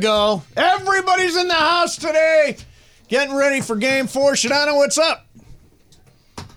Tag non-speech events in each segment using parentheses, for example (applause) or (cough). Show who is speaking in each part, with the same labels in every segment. Speaker 1: go. Everybody's in the house today. Getting ready for game four. Shadano, what's up?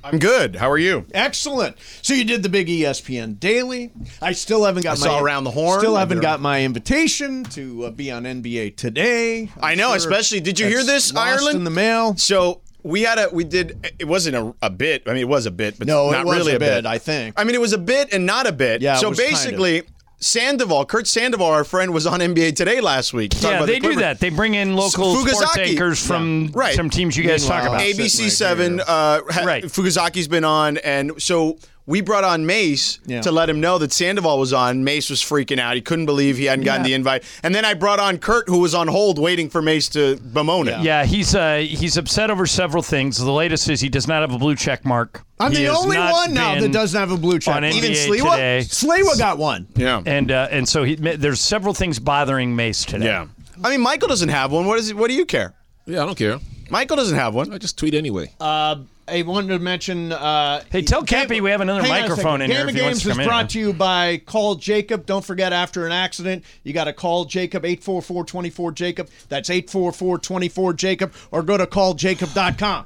Speaker 2: I'm good. How are you?
Speaker 1: Excellent. So you did the big E ESPN Daily. I still haven't got
Speaker 2: I
Speaker 1: my
Speaker 2: saw Around the Horn.
Speaker 1: Still haven't
Speaker 2: They're-
Speaker 1: got my invitation to uh, be on NBA today. I'm
Speaker 2: I know,
Speaker 1: sure
Speaker 2: especially- did you
Speaker 1: that's
Speaker 2: hear this,
Speaker 1: lost
Speaker 2: Ireland?
Speaker 1: in the mail.
Speaker 2: So we had a we did it wasn't a, a bit. I mean, it was a bit, but
Speaker 1: No,
Speaker 2: not
Speaker 1: it was
Speaker 2: really
Speaker 1: a
Speaker 2: a bit.
Speaker 1: bit, I think.
Speaker 2: I mean, it was a bit and not a bit.
Speaker 1: Yeah, it
Speaker 2: So
Speaker 1: was kind of.
Speaker 2: basically, Sandoval, Kurt Sandoval, our friend, was on NBA Today last week. talking
Speaker 3: Yeah,
Speaker 2: about the
Speaker 3: they do
Speaker 2: Clippers.
Speaker 3: that. They bring in local sports
Speaker 2: Fugasaki.
Speaker 3: anchors from
Speaker 2: Right.
Speaker 3: some teams you guys talk
Speaker 1: Meanwhile,
Speaker 3: about.
Speaker 1: Ab-
Speaker 2: ABC
Speaker 1: sitting
Speaker 2: Seven.
Speaker 1: right
Speaker 2: Uh, ha-
Speaker 3: Right.
Speaker 2: Fugazaki's been on, and so we brought on Mace
Speaker 1: Yeah.
Speaker 2: to let him know that Sandoval was on. Mace was freaking out; he couldn't believe he hadn't gotten
Speaker 3: Yeah.
Speaker 2: the invite. And then I brought on Kurt, who was on hold waiting for Mace to bemoan it.
Speaker 3: yeah, he's uh, he's upset over several things. The latest is he does not have a blue check mark.
Speaker 1: I'm
Speaker 3: He
Speaker 1: the
Speaker 3: has
Speaker 1: only
Speaker 3: not
Speaker 1: one now that
Speaker 3: been
Speaker 1: doesn't have a blue check.
Speaker 3: on
Speaker 1: mark.
Speaker 3: NBA
Speaker 2: Even Sliwa?
Speaker 3: today.
Speaker 1: Sliwa got one.
Speaker 2: yeah.
Speaker 3: And uh, and so he, there's several things bothering Mace today.
Speaker 2: Yeah. I mean, Michael doesn't have one. What is? What do you care?
Speaker 4: Yeah, I don't care.
Speaker 2: Michael doesn't have
Speaker 4: I
Speaker 2: one.
Speaker 4: just tweet anyway.
Speaker 1: Uh, I wanted to mention. Uh,
Speaker 3: Hey, tell
Speaker 1: Game-
Speaker 3: Cappy we have another
Speaker 1: Hang on a
Speaker 3: microphone
Speaker 1: second.
Speaker 3: in
Speaker 1: Game
Speaker 3: here if
Speaker 1: of
Speaker 3: he wants
Speaker 1: Games
Speaker 3: to come
Speaker 1: is
Speaker 3: in.
Speaker 1: brought to you by Call Jacob. Don't forget, after an accident, you got to call Jacob, 844-24-JACOB. That's 844-24-JACOB. Or go to calljacob.com.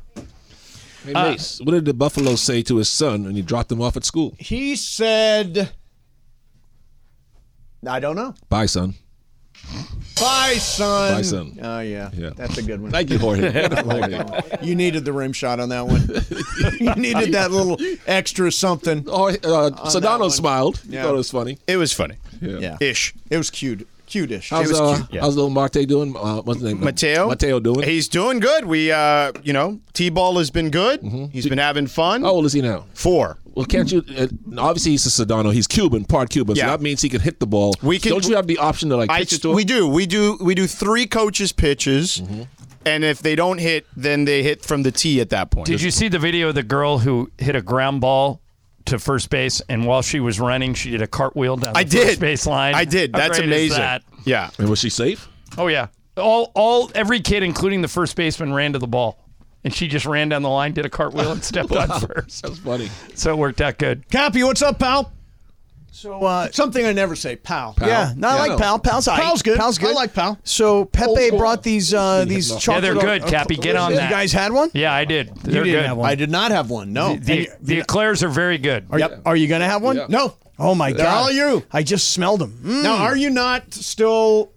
Speaker 4: Hey,
Speaker 1: Uh,
Speaker 4: Mace, what did the Buffalo say to his son when he dropped him off at school?
Speaker 1: He said, I don't know.
Speaker 4: Bye, son.
Speaker 1: Bye, son.
Speaker 4: Bye, son.
Speaker 1: Oh, yeah.
Speaker 4: Yeah.
Speaker 1: That's a good one.
Speaker 4: Thank
Speaker 1: (laughs)
Speaker 4: you, Jorge. Wonderful, Jorge.
Speaker 1: You needed the rim shot on that
Speaker 4: (laughs)
Speaker 1: one. you needed that little extra something.
Speaker 4: Jorge, uh,
Speaker 1: that one.
Speaker 4: Sedano smiled. He
Speaker 1: Yeah.
Speaker 4: thought it was funny.
Speaker 2: It was funny.
Speaker 1: Yeah.
Speaker 2: Ish.
Speaker 1: It was cute. Cute-ish.
Speaker 4: How's,
Speaker 1: it was
Speaker 4: uh,
Speaker 1: cute.
Speaker 2: yeah.
Speaker 4: how's little Marte doing? Uh, what's his name?
Speaker 2: Mateo.
Speaker 4: Mateo doing?
Speaker 2: He's doing good. We, uh, you know, T-ball has been good. He's been having fun.
Speaker 4: Mm-hmm. How old is he now?
Speaker 2: Four.
Speaker 4: Well, can't you? Uh, obviously, he's a Sedano. He's Cuban, part Cuban.
Speaker 2: Yeah.
Speaker 4: So that means he can hit the ball.
Speaker 2: We can-
Speaker 4: Don't you have the option to like
Speaker 2: I,
Speaker 4: pitch it to him?
Speaker 2: we do. We do. We do three coaches' pitches, and if they don't hit, then they hit from the tee at that point.
Speaker 3: Did you see the video of the girl who hit a ground ball to first base, and while she was running, she did a cartwheel down the
Speaker 2: I did.
Speaker 3: first base line?
Speaker 2: I did.
Speaker 3: How
Speaker 2: That's
Speaker 3: great is
Speaker 2: amazing.
Speaker 3: that?
Speaker 2: Yeah.
Speaker 4: And was she safe?
Speaker 3: Oh yeah, all all every kid, including the first baseman, ran to the ball, and she just ran down the line, did a cartwheel,
Speaker 1: (laughs)
Speaker 3: and stepped on first.
Speaker 4: That's funny.
Speaker 3: So it worked out good.
Speaker 1: Cappy, what's up, pal?
Speaker 5: So uh,
Speaker 1: Something I never say, pal.
Speaker 5: yeah, no, I
Speaker 4: Yeah.
Speaker 5: like Pal. Pal's all right.
Speaker 1: Pal's good.
Speaker 5: Pal's good.
Speaker 1: I like Pal.
Speaker 5: So Pepe
Speaker 4: school.
Speaker 5: brought these uh, these
Speaker 4: Yeah,
Speaker 3: Yeah,
Speaker 5: chocolate.
Speaker 3: they're good,
Speaker 5: uh,
Speaker 3: Cappy. Get on
Speaker 5: you
Speaker 3: that.
Speaker 5: guys had one?
Speaker 3: yeah, I did. They're
Speaker 5: didn't
Speaker 3: good.
Speaker 5: have one.
Speaker 1: I did not have one. No.
Speaker 3: The the eclairs are very good.
Speaker 1: yep.
Speaker 5: Are you gonna have one?
Speaker 4: Yeah.
Speaker 1: No.
Speaker 5: Oh my god.
Speaker 1: all you.
Speaker 5: I just smelled them. Mm.
Speaker 1: Now, are you not still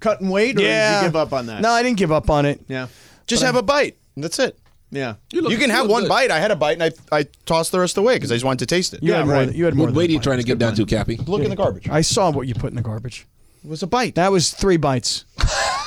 Speaker 1: cutting weight, or did
Speaker 5: yeah.
Speaker 1: you give up on that?
Speaker 5: No, I didn't give up on it.
Speaker 1: Yeah.
Speaker 2: Just have a bite. That's it.
Speaker 1: Yeah.
Speaker 4: look-
Speaker 2: you can
Speaker 4: you
Speaker 2: have
Speaker 4: look
Speaker 2: one
Speaker 4: good.
Speaker 2: bite. I had a bite, and I I tossed the rest away because I just wanted to taste it.
Speaker 5: You
Speaker 1: Yeah,
Speaker 5: had more.
Speaker 1: right.
Speaker 5: than- You had more.
Speaker 4: What weight are
Speaker 5: than
Speaker 4: you
Speaker 5: mine.
Speaker 4: trying to get down to, Cappy?
Speaker 2: Look in the garbage.
Speaker 5: I saw what you put in the garbage.
Speaker 2: It was a bite.
Speaker 5: That was
Speaker 1: (laughs)
Speaker 5: three bites.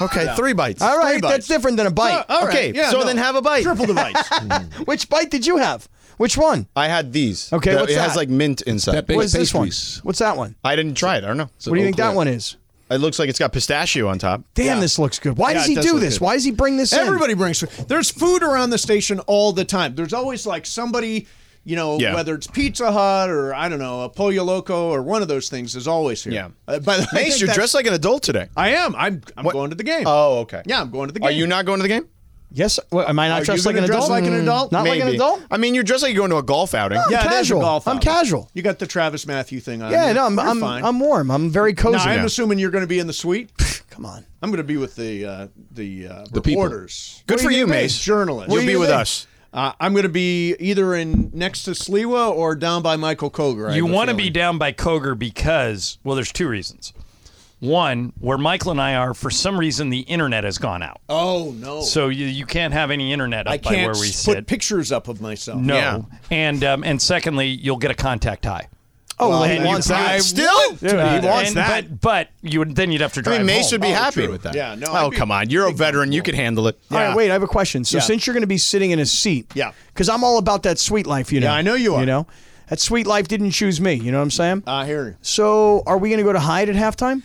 Speaker 2: okay, three bites.
Speaker 5: All right,
Speaker 2: Three bites.
Speaker 5: that's different than a bite.
Speaker 1: Uh, all right.
Speaker 2: Okay,
Speaker 1: Yeah,
Speaker 2: so
Speaker 1: no.
Speaker 2: then have a bite.
Speaker 1: Triple the bites.
Speaker 5: (laughs) Which bite did you have? Which one?
Speaker 2: I had these.
Speaker 5: Okay,
Speaker 2: That-
Speaker 5: what's
Speaker 2: it has
Speaker 5: that?
Speaker 2: like mint inside.
Speaker 4: That big
Speaker 5: What is this one?
Speaker 4: pastries.
Speaker 5: What's that one?
Speaker 2: I didn't try it. I don't know.
Speaker 4: So
Speaker 5: What do you think
Speaker 4: Eau
Speaker 5: that
Speaker 4: Claire.
Speaker 5: one is?
Speaker 2: It looks like it's got pistachio on top.
Speaker 5: Damn,
Speaker 1: Yeah.
Speaker 5: this looks good. Why
Speaker 1: Yeah,
Speaker 5: does
Speaker 1: it
Speaker 5: he
Speaker 1: does
Speaker 5: do
Speaker 1: look
Speaker 5: this?
Speaker 1: good.
Speaker 5: Why does he bring this in?
Speaker 1: Everybody brings food. There's food around the station all the time. There's always like somebody, you know,
Speaker 2: Yeah.
Speaker 1: whether it's Pizza Hut or I don't know, a Pollo Loco or one of those things is always here.
Speaker 2: Yeah.
Speaker 1: Uh, (laughs) by the way,
Speaker 2: Mace, you're dressed like an adult today.
Speaker 1: I am. I'm. I'm going to the game.
Speaker 2: Oh, okay.
Speaker 1: Yeah, I'm going to the game.
Speaker 2: Are you not going to the game?
Speaker 5: Yes. Well, am I not
Speaker 1: Are
Speaker 5: dressed
Speaker 1: you
Speaker 5: like an
Speaker 1: gonna dress
Speaker 5: adult?
Speaker 1: like an adult?
Speaker 5: Not like an
Speaker 2: Maybe.
Speaker 5: adult.
Speaker 2: I mean, you're dressed like you're going to a golf outing.
Speaker 5: I'm
Speaker 1: Yeah, it is a
Speaker 5: casual.
Speaker 1: golf
Speaker 5: I'm
Speaker 1: outing.
Speaker 5: casual.
Speaker 1: You got the Travis Matthew thing on.
Speaker 5: Yeah,
Speaker 1: you.
Speaker 5: no, I'm
Speaker 1: Uh, You're
Speaker 5: I'm,
Speaker 1: fine.
Speaker 5: I'm warm. I'm very cozy.
Speaker 1: Now, I'm
Speaker 2: Yeah.
Speaker 1: assuming you're going to be in the
Speaker 2: (laughs)
Speaker 1: suite.
Speaker 5: Come on.
Speaker 1: I'm going to be with the uh, the, uh,
Speaker 4: people.
Speaker 1: reporters.
Speaker 2: Good
Speaker 1: What do
Speaker 2: for you,
Speaker 1: think,
Speaker 2: Mace.
Speaker 1: Journalist.
Speaker 2: You'll be with us.
Speaker 1: Uh, I'm going to be either in next to Sliwa or down by Michael Koger. I
Speaker 3: You
Speaker 1: have a
Speaker 3: want to
Speaker 1: feeling.
Speaker 3: be down by Koger because, well, there's two reasons. One, where Michael and I are, for some reason, the internet has gone out.
Speaker 1: Oh no!
Speaker 3: So you, you can't have any internet up
Speaker 1: I
Speaker 3: by
Speaker 1: can't
Speaker 3: where we
Speaker 1: s-
Speaker 3: sit.
Speaker 1: put pictures up of myself.
Speaker 3: no.
Speaker 2: Yeah.
Speaker 3: And um, and secondly, you'll get a contact high.
Speaker 5: Oh, well, he
Speaker 3: and you
Speaker 5: wants
Speaker 3: can-
Speaker 5: that.
Speaker 2: Still?
Speaker 3: Uh,
Speaker 2: he wants
Speaker 3: and-
Speaker 2: that.
Speaker 3: But, but you would, then you'd have to
Speaker 2: I
Speaker 3: drive
Speaker 2: mean, Mace
Speaker 3: home.
Speaker 2: would be happy
Speaker 1: true.
Speaker 2: with that.
Speaker 1: Yeah, no, I'd
Speaker 2: Oh,
Speaker 1: be-
Speaker 2: come on. You're a veteran. You can handle it.
Speaker 5: All right, wait. I have a question. So
Speaker 1: Yeah.
Speaker 5: since you're going to be sitting in a seat,
Speaker 1: Yeah.
Speaker 5: because I'm all about that sweet life, you know.
Speaker 1: Yeah, I know you are.
Speaker 5: You know, that sweet life didn't choose me. You know what I'm saying?
Speaker 1: I hear you.
Speaker 5: so are we going to go to hide at halftime?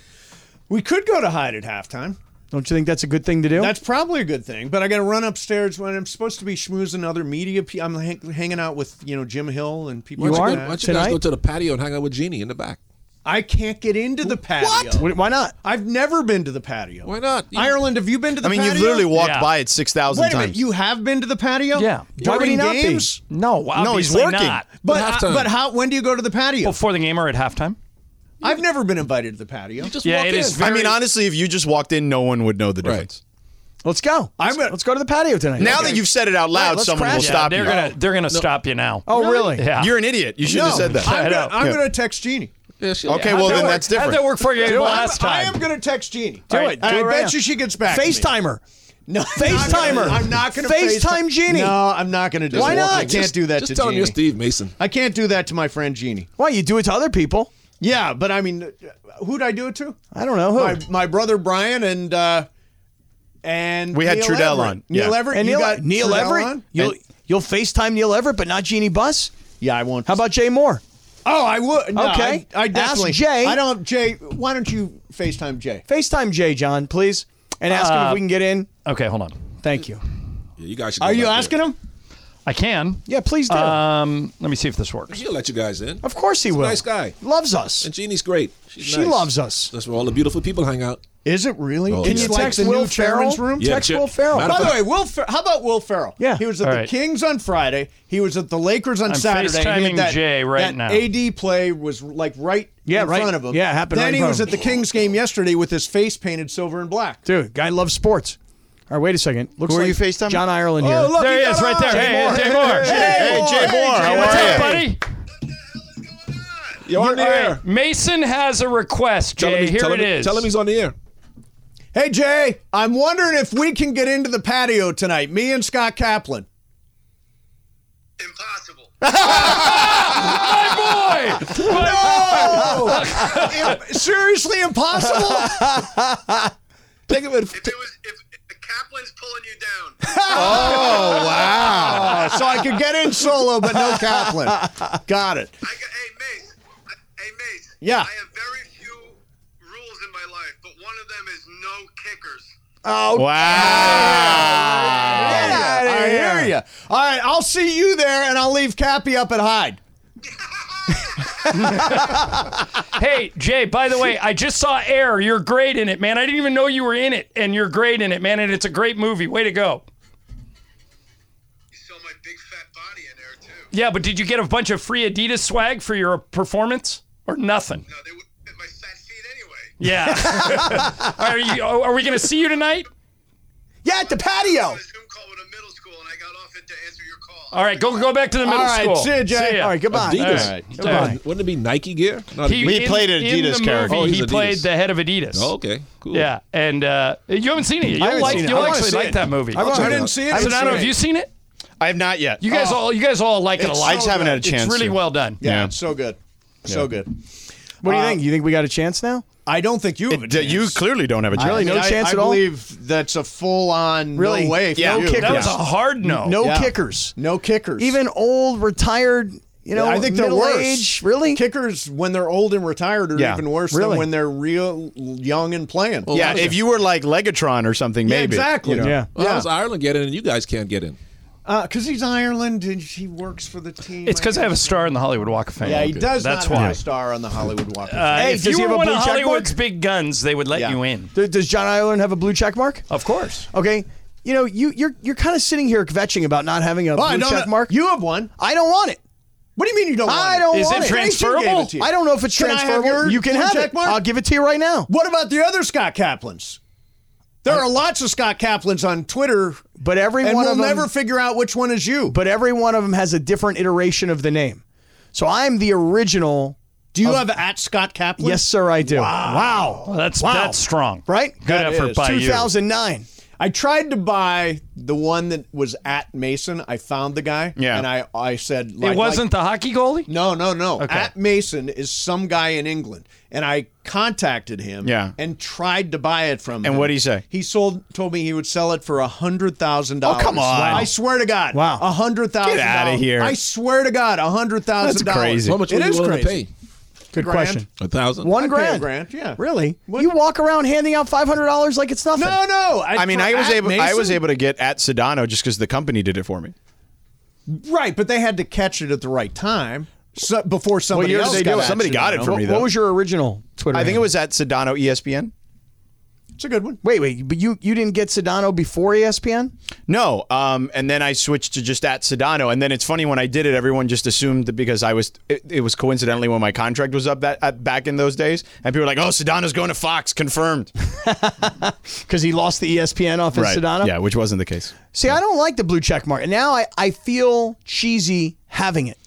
Speaker 1: We could go to Hyde at halftime.
Speaker 5: Don't you think that's a good thing to do?
Speaker 1: That's probably a good thing. But I got to run upstairs when I'm supposed to be schmoozing other media. Pe- I'm hang- hanging out with you know Jim Hill and people.
Speaker 4: Why don't
Speaker 1: like
Speaker 4: you, go-
Speaker 5: are?
Speaker 1: that.
Speaker 4: why don't you guys
Speaker 5: Tonight?
Speaker 4: go to the patio and hang out with Jeannie in the back?
Speaker 1: I can't get into the patio.
Speaker 5: Wh- Why not?
Speaker 1: I've never been to the patio.
Speaker 4: Why not? You-
Speaker 1: Ireland, have you been to the
Speaker 2: I mean,
Speaker 1: patio?
Speaker 2: you've literally walked
Speaker 3: Yeah.
Speaker 2: by it 6,000
Speaker 1: Wait a
Speaker 2: times.
Speaker 1: minute, you have been to the patio?
Speaker 3: Yeah.
Speaker 1: During
Speaker 5: Why would he not be?
Speaker 1: games?
Speaker 3: No,
Speaker 2: no, he's
Speaker 3: obviously
Speaker 2: working.
Speaker 3: not.
Speaker 1: But,
Speaker 4: halftime.
Speaker 1: but how when do you go to the patio?
Speaker 3: Before the game or at halftime?
Speaker 1: I've never been invited to the patio.
Speaker 4: Just
Speaker 3: Yeah,
Speaker 4: walk
Speaker 3: it
Speaker 4: in.
Speaker 3: is
Speaker 2: I mean,
Speaker 3: Very-
Speaker 2: honestly, if you just walked in, no one would know the difference.
Speaker 5: Let's go.
Speaker 1: I'm gonna-
Speaker 5: let's go to the patio tonight.
Speaker 2: Now that you've said it out
Speaker 5: Right,
Speaker 2: loud,
Speaker 5: let's
Speaker 2: someone
Speaker 5: crash
Speaker 2: will
Speaker 5: it.
Speaker 3: Yeah,
Speaker 2: stop
Speaker 3: they're
Speaker 2: you.
Speaker 3: gonna they're gonna stop you now.
Speaker 5: oh really?
Speaker 3: Yeah.
Speaker 2: You're an idiot. You should
Speaker 1: no,
Speaker 2: have said that.
Speaker 1: I'm,
Speaker 3: I
Speaker 1: gonna,
Speaker 3: know.
Speaker 1: I'm
Speaker 2: Yeah.
Speaker 1: gonna text Jeannie.
Speaker 4: Yeah, she'll-
Speaker 2: Okay, well then that's
Speaker 3: How'd
Speaker 2: different.
Speaker 3: that work for you
Speaker 1: I'm-
Speaker 3: last
Speaker 1: I
Speaker 3: time?
Speaker 1: am gonna text Jeannie.
Speaker 5: Do
Speaker 1: All
Speaker 5: it.
Speaker 1: And
Speaker 5: Do
Speaker 1: I
Speaker 5: it right
Speaker 1: bet
Speaker 5: now.
Speaker 1: you she gets back. to me.
Speaker 5: FaceTimer.
Speaker 1: No,
Speaker 5: FaceTimer.
Speaker 1: I'm not gonna
Speaker 5: FaceTime Jeannie.
Speaker 1: No, I'm not gonna do
Speaker 5: Why
Speaker 1: that.
Speaker 5: not?
Speaker 1: I can't
Speaker 4: Just-
Speaker 1: do that
Speaker 4: Just
Speaker 1: to
Speaker 4: tell him
Speaker 1: Jeannie.
Speaker 4: you're Steve Mason.
Speaker 1: I can't do that to my friend Jeannie.
Speaker 5: Why you do it to other people?
Speaker 1: Yeah, but I mean, who'd I do it to?
Speaker 5: I don't know who.
Speaker 1: My, my brother Brian and uh, and
Speaker 2: We had
Speaker 1: Neil
Speaker 2: Trudell
Speaker 1: Everett.
Speaker 2: on.
Speaker 1: Neil
Speaker 2: Yeah.
Speaker 1: Everett.
Speaker 5: and
Speaker 1: you
Speaker 5: Neil,
Speaker 1: got
Speaker 5: Neil
Speaker 1: Trudell
Speaker 5: Everett.
Speaker 1: on?
Speaker 5: You'll
Speaker 1: And-
Speaker 5: you'll FaceTime Neil Everett, but not Jeannie Buss.
Speaker 1: yeah, I won't.
Speaker 5: How about Jay Moore?
Speaker 1: Oh, I would. No,
Speaker 5: Okay.
Speaker 1: I, I
Speaker 5: Ask
Speaker 1: definitely.
Speaker 5: Jay.
Speaker 1: I don't. Jay, why don't you Facetime Jay?
Speaker 5: FaceTime Jay, John, please, and ask him if
Speaker 3: Uh,
Speaker 5: we can get in.
Speaker 3: okay, hold on.
Speaker 5: Thank you.
Speaker 4: Yeah, you guys should
Speaker 1: Are
Speaker 4: go
Speaker 1: you
Speaker 4: back there.
Speaker 1: asking him?
Speaker 3: I can.
Speaker 5: Yeah, please do.
Speaker 3: Um, let me see if this works.
Speaker 4: He'll let you guys in.
Speaker 5: of course he will.
Speaker 4: nice guy.
Speaker 5: Loves us.
Speaker 4: And Jeannie's great. She's
Speaker 5: She
Speaker 4: nice.
Speaker 5: loves us.
Speaker 4: That's where all the beautiful people hang out.
Speaker 1: Is it really?
Speaker 4: Oh,
Speaker 1: It's
Speaker 4: yeah.
Speaker 1: like
Speaker 5: Text
Speaker 1: the
Speaker 5: Will
Speaker 1: new Chairman's
Speaker 5: Ferrell?
Speaker 1: room.
Speaker 5: Yeah. Text Will Ferrell.
Speaker 4: matter of
Speaker 1: By the
Speaker 4: fact-
Speaker 1: way, Will. Fer- how about Will Ferrell?
Speaker 5: Yeah.
Speaker 1: he was at
Speaker 3: All
Speaker 1: the
Speaker 3: right.
Speaker 1: Kings on Friday. He was at the Lakers on
Speaker 3: I'm
Speaker 1: Saturday. He had
Speaker 3: FaceTiming
Speaker 1: that,
Speaker 3: Jay right
Speaker 1: that
Speaker 3: now.
Speaker 1: AD play was like right
Speaker 5: Yeah,
Speaker 1: in
Speaker 5: right-
Speaker 1: front of him.
Speaker 5: yeah, happened
Speaker 1: Then
Speaker 5: right in
Speaker 1: he
Speaker 5: front
Speaker 1: was
Speaker 5: of
Speaker 1: at the Kings game yesterday with his face painted silver and black.
Speaker 5: Dude, guy loves sports. All right, wait a second.
Speaker 1: (laughs)
Speaker 5: Looks
Speaker 2: Who are
Speaker 5: like
Speaker 2: you FaceTiming?
Speaker 5: John
Speaker 1: Oh,
Speaker 5: Ireland here.
Speaker 3: There he is, right there. Hey,
Speaker 5: Moore.
Speaker 3: hey, Jay Moore.
Speaker 2: Hey,
Speaker 1: Moore.
Speaker 2: Jay
Speaker 1: Hey,
Speaker 2: Moore,
Speaker 1: Jay
Speaker 2: how
Speaker 1: Moore.
Speaker 3: What's
Speaker 2: are
Speaker 3: up,
Speaker 2: you?
Speaker 3: buddy?
Speaker 4: You're on the
Speaker 3: All
Speaker 4: air.
Speaker 3: right, Mason has a request,
Speaker 4: Tell him,
Speaker 3: Jay.
Speaker 4: he-
Speaker 3: Here
Speaker 4: tell
Speaker 3: it
Speaker 4: him,
Speaker 3: is.
Speaker 4: Tell him he's on the air.
Speaker 1: Hey Jay, I'm wondering if we can get into the patio tonight. Me and Scott Kaplan. (laughs)
Speaker 6: Impossible.
Speaker 3: my boy.
Speaker 1: Oh, seriously
Speaker 3: (laughs)
Speaker 1: impossible.
Speaker 4: Take him in.
Speaker 6: If it was, if, if Kaplan's pulling you down,
Speaker 1: (laughs) Uh, Oh, so I could get in solo, but no Kaplan. Got
Speaker 6: I got, hey
Speaker 1: it.
Speaker 6: Mace, I, hey Mace.
Speaker 1: Yeah.
Speaker 6: I have very few rules in my life, but one of them is no kickers.
Speaker 2: Wow.
Speaker 1: Get outta
Speaker 5: I
Speaker 1: here.
Speaker 5: hear ya.
Speaker 1: All right, I'll see you there, and I'll leave Cappy up at
Speaker 3: (laughs)
Speaker 1: Hyde.
Speaker 3: Hey, Jay, by the way, I just saw Air. You're great in it, man. I didn't even know you were in it, and you're great in it, man. And it's a great movie. Way to go.
Speaker 6: You saw my big fat body in there too.
Speaker 3: Yeah, but did you get a bunch of free Adidas swag for your performance or nothing?
Speaker 6: No, they would fit my fat feet anyway.
Speaker 3: Yeah.
Speaker 6: (laughs)
Speaker 3: (laughs) are, you, are we going to see you tonight?
Speaker 1: Yeah, at the patio.
Speaker 6: I had a Zoom call with a middle school, and I got off it to answer your call.
Speaker 3: All right, go go back to the middle
Speaker 1: All right,
Speaker 3: school.
Speaker 1: see you, Jay.
Speaker 3: ya.
Speaker 5: All right, goodbye.
Speaker 4: Adidas.
Speaker 3: All right.
Speaker 4: Come
Speaker 3: Goodbye.
Speaker 4: on. Wouldn't it be Nike gear? Not
Speaker 3: He,
Speaker 2: We
Speaker 3: in-
Speaker 2: played an
Speaker 3: in
Speaker 2: Adidas
Speaker 3: the
Speaker 2: character.
Speaker 3: movie,
Speaker 4: Oh, he's
Speaker 3: he
Speaker 4: Adidas.
Speaker 3: played the head of Adidas.
Speaker 4: Oh, okay, cool.
Speaker 3: Yeah, and uh, you haven't seen it. yet. You'll
Speaker 5: haven't
Speaker 3: like
Speaker 5: seen it.
Speaker 3: you'll
Speaker 5: I wanna
Speaker 3: actually
Speaker 5: see
Speaker 3: like
Speaker 5: it.
Speaker 3: that movie.
Speaker 5: I wanna-
Speaker 1: I didn't see it. Oh.
Speaker 3: So, Dono, have you seen it?
Speaker 2: I have not yet.
Speaker 3: You guys all you guys all like it a
Speaker 2: It's
Speaker 3: lot.
Speaker 2: I just haven't had a chance
Speaker 3: It's really
Speaker 2: to.
Speaker 3: well done.
Speaker 1: Yeah,
Speaker 2: Yeah.
Speaker 1: it's so good, so good.
Speaker 5: What do you think? You think we got a chance now?
Speaker 1: Uh, I don't think you have a
Speaker 2: D- you
Speaker 1: chance.
Speaker 2: clearly don't have a chance.
Speaker 5: Really?
Speaker 1: I mean,
Speaker 5: No
Speaker 1: I-
Speaker 5: chance
Speaker 1: I
Speaker 5: at all?
Speaker 1: believe that's a full-on
Speaker 5: Really?
Speaker 1: no way. for
Speaker 2: Yeah.
Speaker 1: you.
Speaker 2: No kicker.
Speaker 3: That was a
Speaker 2: Yeah.
Speaker 3: hard no.
Speaker 5: No
Speaker 1: Yeah.
Speaker 5: kickers.
Speaker 1: No kickers.
Speaker 5: Even old, retired, you know,
Speaker 1: I think they're
Speaker 5: middle
Speaker 1: worse.
Speaker 5: age. Really?
Speaker 1: Kickers when they're old and retired are
Speaker 2: Yeah,
Speaker 1: even worse
Speaker 5: really.
Speaker 1: than when they're real young and playing.
Speaker 2: Yeah, if you were like Legatron or something,
Speaker 1: Yeah,
Speaker 2: maybe.
Speaker 1: exactly.
Speaker 2: You know.
Speaker 5: Yeah.
Speaker 4: Well, How does Ireland get in and you guys can't get in?
Speaker 1: because Uh, he's Ireland and he works for the team.
Speaker 3: It's because I have a star in the Hollywood Walk of Fame.
Speaker 1: Yeah, he does
Speaker 3: That's
Speaker 1: not
Speaker 3: why.
Speaker 1: have a star on the Hollywood Walk. of
Speaker 3: Uh,
Speaker 1: Fame.
Speaker 5: Hey,
Speaker 3: if
Speaker 5: does
Speaker 3: you
Speaker 5: he
Speaker 3: were
Speaker 5: have a
Speaker 3: one of
Speaker 5: blue check mark?
Speaker 3: Hollywood's big guns, they would let
Speaker 1: Yeah.
Speaker 3: you in.
Speaker 5: Th- Does John Ireland have a blue check mark?
Speaker 3: Of course.
Speaker 5: Okay. You know, you you're you're kind of sitting here kvetching about not having a
Speaker 1: Oh, I
Speaker 5: blue
Speaker 1: don't
Speaker 5: check
Speaker 1: know-
Speaker 5: mark.
Speaker 1: You have one.
Speaker 5: I don't want it.
Speaker 1: What do you mean you don't? Want it?
Speaker 5: I don't
Speaker 3: Is
Speaker 5: want
Speaker 3: it
Speaker 5: it.
Speaker 3: transferable?
Speaker 1: Jason gave it to you.
Speaker 5: I don't know if it's
Speaker 1: Can I have
Speaker 5: transferable.
Speaker 1: your
Speaker 5: you can
Speaker 1: blue
Speaker 5: have
Speaker 1: check
Speaker 5: it.
Speaker 1: mark?
Speaker 5: I'll give it to you right now.
Speaker 1: What about the other Scott Kaplans? There are lots of Scott Kaplans on Twitter,
Speaker 5: But every
Speaker 1: and
Speaker 5: one
Speaker 1: we'll
Speaker 5: of them,
Speaker 1: never figure out which one is you.
Speaker 5: but every one of them has a different iteration of the name. So I'm the original.
Speaker 1: do you have at Scott Kaplan?
Speaker 5: Yes, sir, I do.
Speaker 1: Wow.
Speaker 3: That's
Speaker 1: Wow.
Speaker 3: that's strong.
Speaker 5: Right?
Speaker 3: Good effort by you.
Speaker 5: 2009.
Speaker 1: I tried to buy the one that was at Mason. I found the guy.
Speaker 2: Yeah.
Speaker 1: And I, I said, like,
Speaker 3: It wasn't
Speaker 1: like-
Speaker 3: the hockey goalie.
Speaker 1: no, no, no. At Mason is some guy in England. And I contacted him
Speaker 2: Yeah.
Speaker 1: and tried to buy it from him.
Speaker 2: And what'd he say?
Speaker 1: He sold told me he would sell it for a hundred thousand dollars.
Speaker 2: Oh, come on.
Speaker 1: I swear to God.
Speaker 5: Wow.
Speaker 1: A hundred thousand
Speaker 2: Get outta here.
Speaker 1: I swear to God, a hundred thousand
Speaker 2: That's
Speaker 1: dollars.
Speaker 2: crazy.
Speaker 4: How much
Speaker 1: It
Speaker 4: were you
Speaker 1: is
Speaker 4: willing to
Speaker 1: crazy.
Speaker 4: pay?
Speaker 5: Good
Speaker 1: Grand.
Speaker 5: question.
Speaker 4: A thousand.
Speaker 5: One
Speaker 1: I'd pay a
Speaker 5: grand.
Speaker 1: grand, yeah.
Speaker 5: Really? You walk around handing out $500 like it's nothing.
Speaker 1: No, no.
Speaker 2: I mean,
Speaker 1: for
Speaker 2: I was
Speaker 1: at
Speaker 2: able. I was
Speaker 1: Mason?
Speaker 2: able to get at Sedano just because the company did it for me.
Speaker 1: Right, but they had to catch it at the right time so, before somebody
Speaker 2: year did
Speaker 1: else
Speaker 2: they do
Speaker 1: got
Speaker 2: it? Somebody
Speaker 1: at
Speaker 2: got it
Speaker 1: Sedano.
Speaker 2: for me.
Speaker 5: What,
Speaker 2: though.
Speaker 5: what was your original Twitter?
Speaker 2: I think it
Speaker 5: handle?
Speaker 2: was at Sedano ESPN.
Speaker 1: It's a good one.
Speaker 5: Wait, wait, but you you didn't get Sedano before E ESPN?
Speaker 2: No, um, and then I switched to just at Sedano, and then it's funny when I did it, everyone just assumed that because I was, it, it was coincidentally when my contract was up that at, back in those days, and people were like, "Oh, Sedano's going to Fox,
Speaker 5: (laughs)
Speaker 2: confirmed."
Speaker 5: Because he lost the E ESPN off of Sedano.
Speaker 2: Yeah, which wasn't the case.
Speaker 5: See, I don't like the blue check mark. And now I, I feel cheesy having it.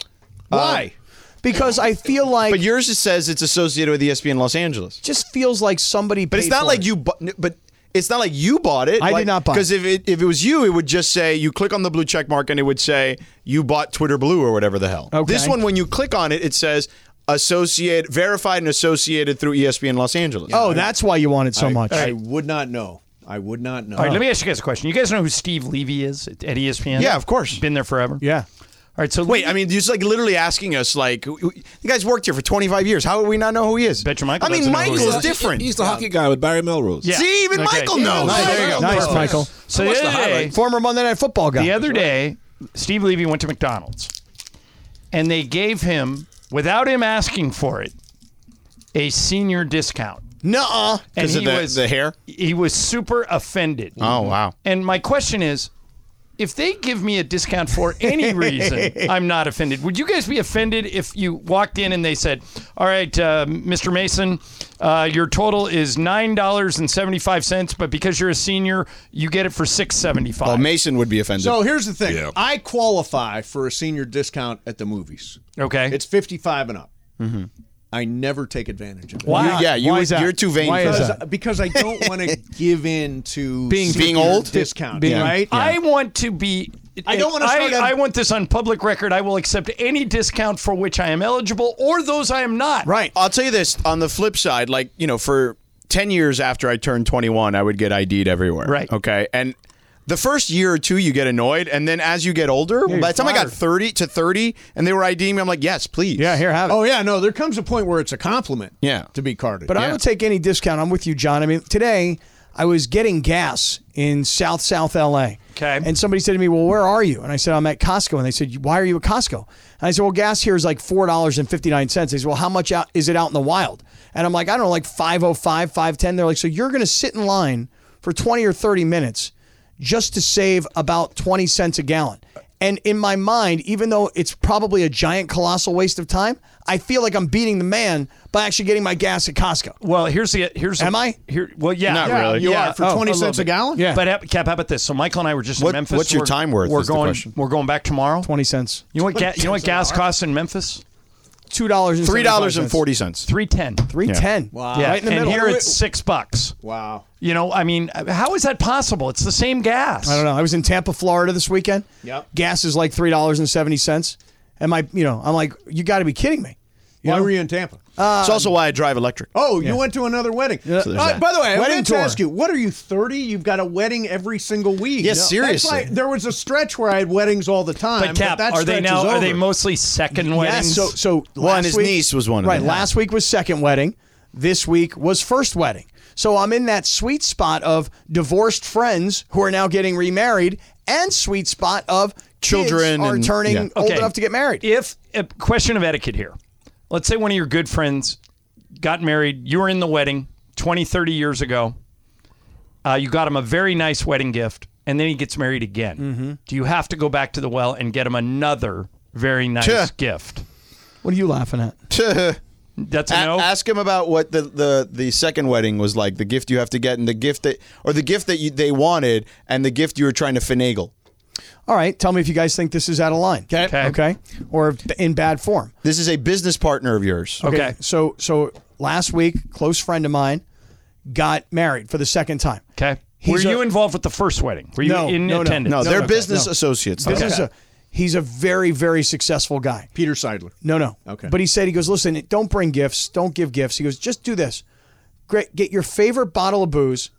Speaker 5: Uh,
Speaker 1: Why?
Speaker 5: Because I feel like
Speaker 2: But
Speaker 5: it
Speaker 2: yours just says it's associated with E ESPN Los Angeles.
Speaker 5: just feels like somebody
Speaker 2: But it's not like you, bu- but. It's not like you bought it.
Speaker 5: I did not buy it.
Speaker 2: because if it if it was you, it would just say you click on the blue check mark and it would say you bought Twitter Blue or whatever the hell.
Speaker 5: Okay.
Speaker 2: This one, when you click on it, it says associate verified and associated through E ESPN Los Angeles.
Speaker 5: Oh, that's why you want it so much.
Speaker 1: I would not know. I would not know.
Speaker 3: All right, let me ask you guys a question. You guys know who Steve Levy is at E at ESPN?
Speaker 2: Yeah, of course.
Speaker 3: Been there forever.
Speaker 5: Yeah.
Speaker 3: All right, so
Speaker 2: Wait, I mean, just like literally asking us, like, w- w- you guys worked here for 25 years. How would we not know who he is?
Speaker 3: Bet you Michael
Speaker 2: I mean,
Speaker 3: doesn't know who
Speaker 2: Michael
Speaker 3: he
Speaker 2: is
Speaker 3: is.
Speaker 2: different.
Speaker 4: He's the hockey guy with Barry Melrose.
Speaker 3: Yeah.
Speaker 2: See, even
Speaker 3: Okay.
Speaker 2: Michael knows.
Speaker 1: Nice,
Speaker 2: There you go.
Speaker 5: Nice, Michael.
Speaker 3: so the
Speaker 4: watched the
Speaker 3: other day,
Speaker 4: highlights.
Speaker 5: Former Monday Night Football guy.
Speaker 3: the other day, Steve Levy went to McDonald's, and they gave him, without him asking for it, a senior discount.
Speaker 5: Nuh-uh.
Speaker 3: And
Speaker 2: Because
Speaker 3: he
Speaker 2: of the,
Speaker 3: was
Speaker 2: the hair?
Speaker 3: he was super offended.
Speaker 2: Oh, wow.
Speaker 3: And my question is, if they give me a discount for any reason, I'm not offended. Would you guys be offended if you walked in and they said, "All right, uh, Mr. Mason, uh, your total is nine dollars and seventy-five cents, but because you're a senior, you get it for six seventy-five.
Speaker 2: Oh, Mason would be offended.
Speaker 1: So here's the thing.
Speaker 4: Yeah.
Speaker 1: I qualify for a senior discount at the movies.
Speaker 3: Okay.
Speaker 1: It's 55 and up.
Speaker 2: Mm-hmm.
Speaker 1: I never take advantage of it.
Speaker 3: Why?
Speaker 2: You- yeah, you,
Speaker 5: Why is that?
Speaker 2: you're too vain
Speaker 5: Why
Speaker 2: for
Speaker 5: is
Speaker 2: that.
Speaker 1: Because, Uh, because I don't want
Speaker 3: (laughs)
Speaker 1: to give in to
Speaker 5: Being-
Speaker 1: senior
Speaker 2: being old?
Speaker 1: discount,
Speaker 5: Being-
Speaker 1: right?
Speaker 3: I want to be.
Speaker 1: I don't want to start on-
Speaker 3: I, I want this on public record. I will accept any discount for which I am eligible or those I am not.
Speaker 5: Right.
Speaker 2: I'll tell you this on the flip side, like, you know, for 10 years after I turned 21, I would get ID'd everywhere.
Speaker 3: Right.
Speaker 2: Okay. And the first year or two, you get annoyed. And then as you get older, by the time I got 30 to 30 and they were IDing me, I'm like, yes, please.
Speaker 5: Yeah, here, have it.
Speaker 1: Oh yeah, no. There comes a point where it's a compliment.
Speaker 2: Yeah.
Speaker 1: To be carded.
Speaker 5: But I
Speaker 2: Yeah.
Speaker 5: would take any discount. I'm with you, John. I mean, today I was getting gas in South South LA.
Speaker 3: Okay.
Speaker 5: And somebody said to me, "Well, where are you?" And I said, "I'm at Costco." And they said, "Why are you at Costco?" And I said, "Well, gas here is like four dollars and fifty nine cents." They said, "Well, how much out is it out in the wild?" And I'm like, "I don't know, like five oh five, five ten. They're like, "So you're going to sit in line for twenty or thirty minutes just to save about twenty cents a gallon?" And in my mind, even though it's probably a giant, colossal waste of time, I feel like I'm beating the man by actually getting my gas at Costco.
Speaker 3: Well, here's the here's the-
Speaker 5: Am I?
Speaker 3: here? Well, yeah,
Speaker 2: Not
Speaker 3: Yeah,
Speaker 2: really.
Speaker 1: you
Speaker 3: yeah.
Speaker 1: are for
Speaker 5: Oh,
Speaker 1: twenty
Speaker 5: a little
Speaker 1: cents a
Speaker 5: bit.
Speaker 1: gallon.
Speaker 5: Yeah.
Speaker 3: But uh, Cap, how about this? So Michael and I were just in
Speaker 2: What-
Speaker 3: Memphis.
Speaker 2: what's your
Speaker 3: We're-
Speaker 2: time worth
Speaker 3: We're
Speaker 2: is the
Speaker 3: going.
Speaker 2: question.
Speaker 3: we're going back tomorrow.
Speaker 5: 20 cents.
Speaker 3: You know what? Ga- you know what gas costs in Memphis?
Speaker 5: Two dollars and
Speaker 2: Three dollars and forty cents.
Speaker 3: Three ten.
Speaker 5: Three ten.
Speaker 1: Wow.
Speaker 3: Yeah,
Speaker 5: Right in the
Speaker 3: and
Speaker 5: middle.
Speaker 3: here it's six bucks.
Speaker 1: Wow.
Speaker 3: You know, I mean, uh, how is that possible? It's the same gas.
Speaker 5: I don't know. I was in Tampa, Florida this weekend.
Speaker 1: Yep.
Speaker 5: Gas is like three dollars and seventy cents. And my you know, I'm like, you gotta be kidding me. You
Speaker 1: Why
Speaker 5: know? Uh,
Speaker 1: were you in Tampa?
Speaker 2: it's also why I drive electric.
Speaker 1: oh, you
Speaker 2: (laughs)
Speaker 1: went to another wedding.
Speaker 5: So there's
Speaker 1: Uh,
Speaker 5: that.
Speaker 1: by the way, I
Speaker 5: Wedding
Speaker 1: meant to
Speaker 5: tour.
Speaker 1: ask you, what are you thirty? You've got a wedding every single week.
Speaker 2: Yeah,
Speaker 1: That's
Speaker 2: seriously.
Speaker 1: why- there was a stretch where I had weddings all the time.
Speaker 3: But Cap,
Speaker 1: that
Speaker 3: are they
Speaker 1: stretch is
Speaker 3: now? Are they
Speaker 1: over.
Speaker 3: mostly second
Speaker 5: Yeah,
Speaker 3: weddings?
Speaker 5: so so
Speaker 2: Well, and
Speaker 5: last
Speaker 2: his
Speaker 5: week-
Speaker 2: niece was one of
Speaker 5: Right.
Speaker 2: them.
Speaker 5: Last week was second wedding. This week was first wedding. So I'm in that sweet spot of divorced friends who are now getting remarried, and sweet spot of kids
Speaker 2: Children
Speaker 5: are
Speaker 2: and-
Speaker 5: turning
Speaker 2: Mm, yeah.
Speaker 5: old
Speaker 3: Okay.
Speaker 5: enough to get married.
Speaker 3: If a question of etiquette here. Let's say one of your good friends got married, you were in the wedding 20, 30 years ago. Uh, you got him a very nice wedding gift, and then he gets married again.
Speaker 2: Mm-hmm.
Speaker 3: Do you have to go back to the well and get him another very nice
Speaker 2: Tuh.
Speaker 3: gift?
Speaker 5: What are you laughing at?
Speaker 3: That's
Speaker 2: A-
Speaker 3: a no.
Speaker 2: Ask him about what the, the the second wedding was like, the gift you have to get, and the gift that, or the gift that you, they wanted, and the gift you were trying to finagle.
Speaker 5: All right, tell me if you guys think this is out of line. Okay.
Speaker 3: Okay.
Speaker 5: Okay. Or if- in bad form.
Speaker 2: This is a business partner of yours.
Speaker 3: Okay.
Speaker 5: So so last week, close friend of mine got married for the second time.
Speaker 3: Okay. Were
Speaker 5: He's
Speaker 3: you
Speaker 5: a-
Speaker 3: involved with the first wedding? Were you
Speaker 5: No,
Speaker 3: in
Speaker 5: no, no.
Speaker 3: attendance?
Speaker 2: No,
Speaker 5: No,
Speaker 2: they're
Speaker 5: no,
Speaker 2: business
Speaker 5: no.
Speaker 2: associates.
Speaker 5: This
Speaker 2: though.
Speaker 5: is a he's a very very successful guy.
Speaker 1: Peter Seidler.
Speaker 5: No, no.
Speaker 1: Okay.
Speaker 5: But he said he goes, "Listen, don't bring gifts. Don't give gifts." He goes, "Just do this. Great, get your favorite bottle of booze,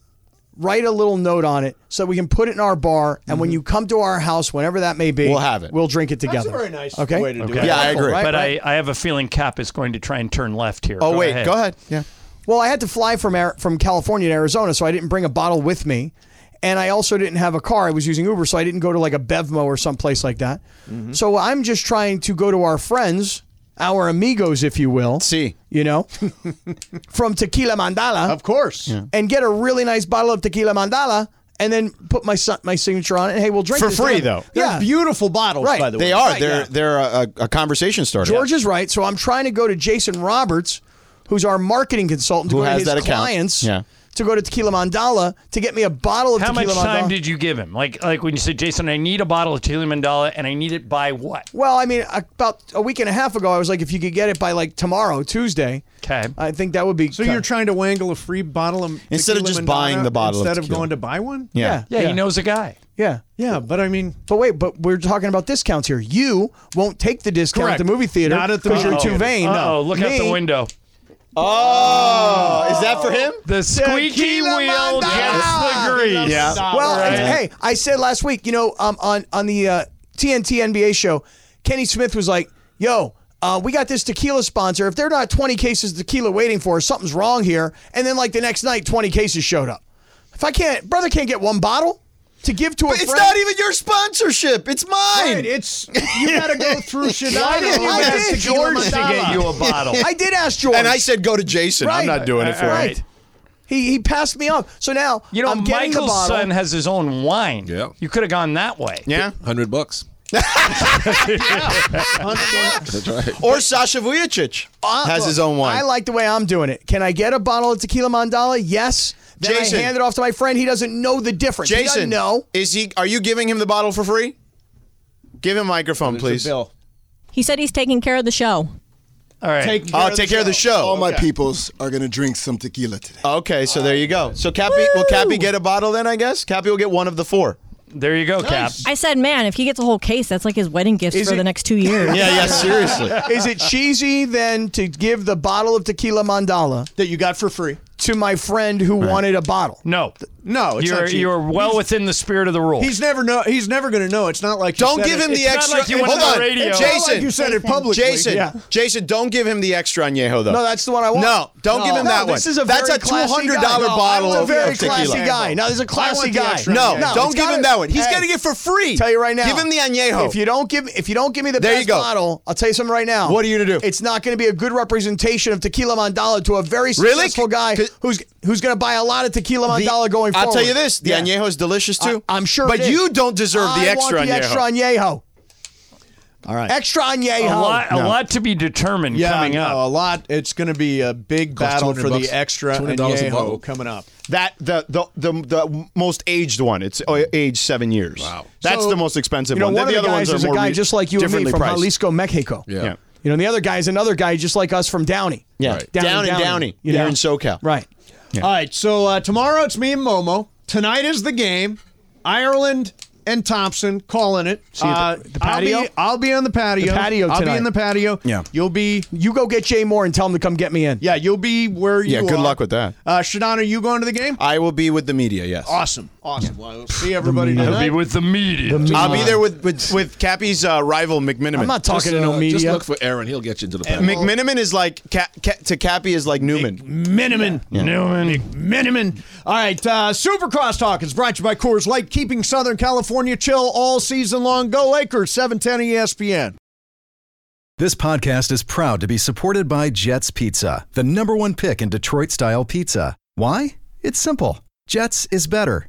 Speaker 5: write a little note on it so we can put it in our bar and when you come to our house whenever that may be,
Speaker 2: We'll have it.
Speaker 5: We'll drink it together."
Speaker 1: Mm-hmm. That's a very nice
Speaker 5: okay?
Speaker 1: way to do
Speaker 3: Okay.
Speaker 1: it.
Speaker 2: Yeah, I agree.
Speaker 5: Right,
Speaker 3: But
Speaker 5: right.
Speaker 3: I, I have a feeling Cap is going to try and turn left here.
Speaker 2: Oh wait, go ahead. Yeah.
Speaker 5: Well, I had to fly from Ar- from California to Arizona, so I didn't bring a bottle with me, and I also didn't have a car. I was using Uber, so
Speaker 2: Mm-hmm.
Speaker 5: I didn't go to like a Bevmo or someplace like that. So I'm just trying to go to our friends our amigos, if you will.
Speaker 2: Si. (laughs)
Speaker 5: You know, from Tequila Mandala
Speaker 1: Of course.
Speaker 5: and get a really nice bottle of tequila mandala and then put my son, my signature on it. And, hey, we'll drink
Speaker 2: For
Speaker 5: this
Speaker 2: free,
Speaker 5: together.
Speaker 2: though.
Speaker 1: They're
Speaker 5: Yeah.
Speaker 1: beautiful bottles,
Speaker 5: Right.
Speaker 1: by the way.
Speaker 2: They are.
Speaker 5: Right,
Speaker 2: they're
Speaker 5: yeah.
Speaker 2: they're a, a conversation starter.
Speaker 5: George is right. So I'm trying to go to Jason Roberts, who's our marketing consultant, to
Speaker 2: Who
Speaker 5: go to
Speaker 2: has
Speaker 5: his
Speaker 2: that account.
Speaker 5: clients
Speaker 2: Yeah.
Speaker 5: to go to Tequila Mandala to get me a bottle of
Speaker 3: How
Speaker 5: tequila
Speaker 3: much time
Speaker 5: mandala.
Speaker 3: did you give him? Like, like when you said, Jason, I need a bottle of tequila mandala, and I need it by what?
Speaker 5: well, I mean, about a week and a half ago, I was like, if you could get it by like tomorrow, Tuesday,
Speaker 3: Okay.
Speaker 5: I think that would be.
Speaker 1: So you're trying to wangle a free bottle of
Speaker 2: Instead of
Speaker 1: tequila
Speaker 2: just buying the bottle of
Speaker 1: instead of,
Speaker 2: tequila.
Speaker 1: going to buy one.
Speaker 2: Yeah.
Speaker 3: Yeah, he knows a guy.
Speaker 5: yeah.
Speaker 1: yeah, but I mean,
Speaker 5: But wait, but we're talking about discounts here. You won't take the discount
Speaker 1: Correct.
Speaker 5: at the movie theater
Speaker 1: Not at the
Speaker 5: because you're
Speaker 1: movie
Speaker 5: too
Speaker 1: theater.
Speaker 5: vain.
Speaker 3: Uh-oh, look out the
Speaker 5: Me,
Speaker 3: window.
Speaker 2: Oh, is that for him?
Speaker 3: The squeaky
Speaker 5: Tequila
Speaker 3: wheel gets the
Speaker 5: Mandala!
Speaker 3: grease.
Speaker 2: Yeah.
Speaker 5: Well,
Speaker 3: Right.
Speaker 5: and hey, I said last week, you know, um, on on the uh, TNT NBA show, Kenny Smith was like, "Yo, uh, we got this tequila sponsor. If there are not 20 cases of tequila waiting for us, something's wrong here." And then, like the next night, 20 cases showed up. If I can't, brother, can't get one bottle to give to a
Speaker 2: It's
Speaker 5: friend.
Speaker 2: not even your sponsorship. It's mine.
Speaker 1: Right, it's you got to
Speaker 2: (laughs)
Speaker 1: go through Shadano.
Speaker 5: didn't you
Speaker 1: and
Speaker 5: ask
Speaker 1: ask
Speaker 5: Tequila
Speaker 1: George to
Speaker 3: To get
Speaker 1: get
Speaker 3: you a bottle.
Speaker 5: (laughs)
Speaker 3: Uh,
Speaker 5: I did ask George.
Speaker 2: and I said go to Jason. I'm
Speaker 5: Right.
Speaker 2: not doing it for him.
Speaker 5: right. He, he passed me off. So now
Speaker 3: You know,
Speaker 5: I'm getting the
Speaker 3: Michael's
Speaker 5: bottle.
Speaker 3: son has his own wine.
Speaker 4: Yeah.
Speaker 3: You could have gone that way.
Speaker 2: Yeah.
Speaker 1: (laughs)
Speaker 4: Hundred bucks. That's right.
Speaker 2: Or Sasha Vujicic
Speaker 5: Uh,
Speaker 2: has
Speaker 5: look,
Speaker 2: his own wine.
Speaker 5: I like the way I'm doing it. Can I get a bottle of tequila mandala? Yes. Then
Speaker 2: Jason.
Speaker 5: I hand it off to my friend. He doesn't know the difference. he
Speaker 2: Jason,
Speaker 5: doesn't know.
Speaker 2: is he? Are you giving him the bottle for free? Give him a microphone, please.
Speaker 1: Bill.
Speaker 7: He said he's taking care of the show.
Speaker 3: All right.
Speaker 1: Take
Speaker 2: Oh, take care of the show.
Speaker 8: All my
Speaker 2: Okay.
Speaker 8: peoples are gonna drink some tequila today.
Speaker 2: Okay, so there you go. So Cappy, will Cappy get a bottle then? I guess Cappy will get one of the four.
Speaker 3: there you go, Cap.
Speaker 7: I said, man, if he gets a whole case, that's like his wedding gifts
Speaker 5: Is
Speaker 7: for
Speaker 5: it-
Speaker 7: the next two years.
Speaker 2: (laughs) Yeah, yeah. Seriously.
Speaker 5: (laughs) Is it cheesy then to give the bottle of tequila mandala
Speaker 1: that you got for free.
Speaker 5: to my friend who wanted a bottle?
Speaker 3: No.
Speaker 1: No, it's
Speaker 3: You're
Speaker 1: not cheap.
Speaker 3: you're well within the spirit of the rule.
Speaker 1: He's never know. He's never going to know. It's not like you
Speaker 2: Don't
Speaker 1: said
Speaker 2: give
Speaker 1: it-
Speaker 2: him the
Speaker 1: it's
Speaker 2: extra.
Speaker 3: like you went
Speaker 2: Hold
Speaker 3: on the
Speaker 2: on,
Speaker 3: radio. It's
Speaker 1: not
Speaker 2: Jason.
Speaker 1: like you said it publicly.
Speaker 2: Jason,
Speaker 1: Yeah.
Speaker 2: Jason, don't give him the extra añejo though.
Speaker 5: No, that's the one I want.
Speaker 2: No, don't give him
Speaker 5: No,
Speaker 2: that one.
Speaker 5: This is a
Speaker 2: that's
Speaker 5: very
Speaker 2: a two
Speaker 5: classy
Speaker 2: hundred
Speaker 5: guy.
Speaker 2: dollar
Speaker 5: No,
Speaker 2: bottle
Speaker 5: That's a very
Speaker 2: of
Speaker 5: classy
Speaker 2: tequila.
Speaker 5: guy. No, there's a classy
Speaker 1: want the
Speaker 5: guy.
Speaker 1: extra
Speaker 2: No,
Speaker 1: No,
Speaker 2: don't
Speaker 5: it's
Speaker 2: give him
Speaker 5: gotta-
Speaker 2: that one. He's
Speaker 5: Hey,
Speaker 2: getting it for free.
Speaker 5: Tell you right now.
Speaker 2: Give him the añejo.
Speaker 5: If you don't give if you don't give me the
Speaker 2: There
Speaker 5: best
Speaker 2: you go.
Speaker 5: bottle, I'll tell you something right now.
Speaker 2: What are you gonna do?
Speaker 5: It's not going to be a good representation of Tequila Mandala to a very
Speaker 2: Really?
Speaker 5: successful guy
Speaker 2: 'Cause-
Speaker 5: who's who's going to buy a lot of Tequila
Speaker 2: The-
Speaker 5: Mandala going forward.
Speaker 2: I'll tell you this: the
Speaker 5: Yeah.
Speaker 2: añejo is delicious too.
Speaker 5: I- I'm sure
Speaker 2: but
Speaker 5: it is.
Speaker 2: you don't deserve
Speaker 5: I
Speaker 2: the extra
Speaker 5: want the
Speaker 2: añejo.
Speaker 5: extra añejo.
Speaker 2: All right.
Speaker 5: Extra añejo.
Speaker 3: a lot, a lot to be determined
Speaker 1: Yeah,
Speaker 3: coming
Speaker 1: no,
Speaker 3: up.
Speaker 1: a lot. It's going to be a big
Speaker 4: Costs
Speaker 1: battle
Speaker 4: 200
Speaker 1: for the
Speaker 4: bucks.
Speaker 1: extra
Speaker 4: $200 a bottle.
Speaker 1: añejo coming up.
Speaker 2: That the, the the the most aged one. It's uh, aged seven years. Wow, that's
Speaker 5: So,
Speaker 2: the most expensive
Speaker 5: You know,
Speaker 2: one.
Speaker 5: one
Speaker 2: Then
Speaker 5: of
Speaker 2: the other
Speaker 5: the guys
Speaker 2: ones are
Speaker 5: is a
Speaker 2: more
Speaker 5: guy
Speaker 2: re-
Speaker 5: just like you and me
Speaker 2: differently
Speaker 5: from
Speaker 2: priced.
Speaker 5: Jalisco, Mexico.
Speaker 4: Yeah.
Speaker 2: Yeah.
Speaker 5: You know, and the other guy is another guy just like us from Downey.
Speaker 2: Yeah.
Speaker 4: Right.
Speaker 2: Down,
Speaker 5: Downey,
Speaker 2: and
Speaker 5: Downey,
Speaker 2: downy.
Speaker 5: you
Speaker 2: Here
Speaker 5: know?
Speaker 2: in SoCal.
Speaker 5: Right.
Speaker 1: All right, so uh, tomorrow it's me and Momo. Tonight is the game. Ireland and Thompson calling it. See
Speaker 5: you at the- the patio?
Speaker 1: Uh, I'll be, I'll be on the patio.
Speaker 5: The patio
Speaker 1: I'll
Speaker 5: tonight.
Speaker 1: be in the patio.
Speaker 2: Yeah.
Speaker 1: You'll be.
Speaker 5: You go get Jay Moore and tell him to come get me in.
Speaker 1: Yeah, you'll be where you
Speaker 2: Yeah,
Speaker 1: are.
Speaker 2: good luck with that.
Speaker 1: Uh, Shadon, are you going to the game?
Speaker 2: I will be with the media. Yes.
Speaker 1: Awesome. Awesome. Well, we'll see everybody
Speaker 3: He'll
Speaker 1: tonight.
Speaker 3: be with the media.
Speaker 2: I'll be there with with, with Cappy's uh, rival McMiniman. Uh,
Speaker 5: I'm not talking
Speaker 4: Just,
Speaker 5: to no
Speaker 4: uh, Just
Speaker 5: media.
Speaker 4: look for Aaron. He'll get you into the panel.
Speaker 2: McMiniman is like Ca- Ca- to Cappy is like Newman.
Speaker 1: Miniman.
Speaker 3: Newman.
Speaker 1: Miniman. All right, uh, Super Crosstalk is brought to you by Coors Light, keeping Southern California chill all season long. Go Lakers, E 710 ESPN.
Speaker 9: This podcast is proud to be supported by Jets Pizza, the number one pick in Detroit style pizza. Why? It's simple. Jets is better.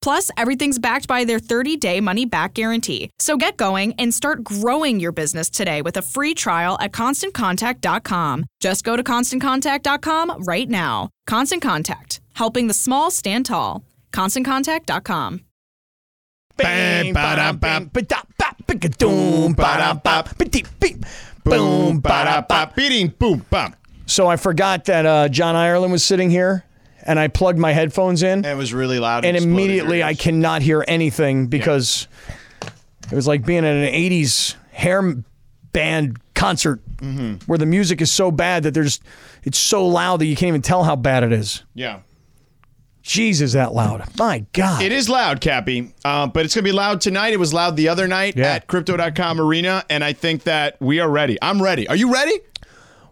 Speaker 10: Plus, everything's backed by their 30 day money back guarantee. So get going and start growing your business today with a free trial at constantcontact.com. Just go to constantcontact.com right now. Constant Contact, helping the small stand tall. ConstantContact.com.
Speaker 5: Bang, ba-da, bam, ba-da, ba, ba-ga-doom, ba-da, ba, ba-dee, beep, boom, ba-da, ba, beating, boom, bum. So I forgot that uh, John Ireland was sitting here, and I plugged my headphones in,
Speaker 2: It was really loud.
Speaker 5: and
Speaker 2: exploded your
Speaker 5: immediately I
Speaker 2: ears.
Speaker 5: cannot hear anything because it was like being at an '80s hair band concert where the music is so bad that there's it's so loud that you can't even tell how bad it is.
Speaker 2: Yeah.
Speaker 5: Jesus, that loud! My God.
Speaker 2: It is loud, Cappy, uh, but it's going to be loud tonight. It was loud the other night at Crypto.com Arena, and I think that we are ready. I'm ready. Are you ready?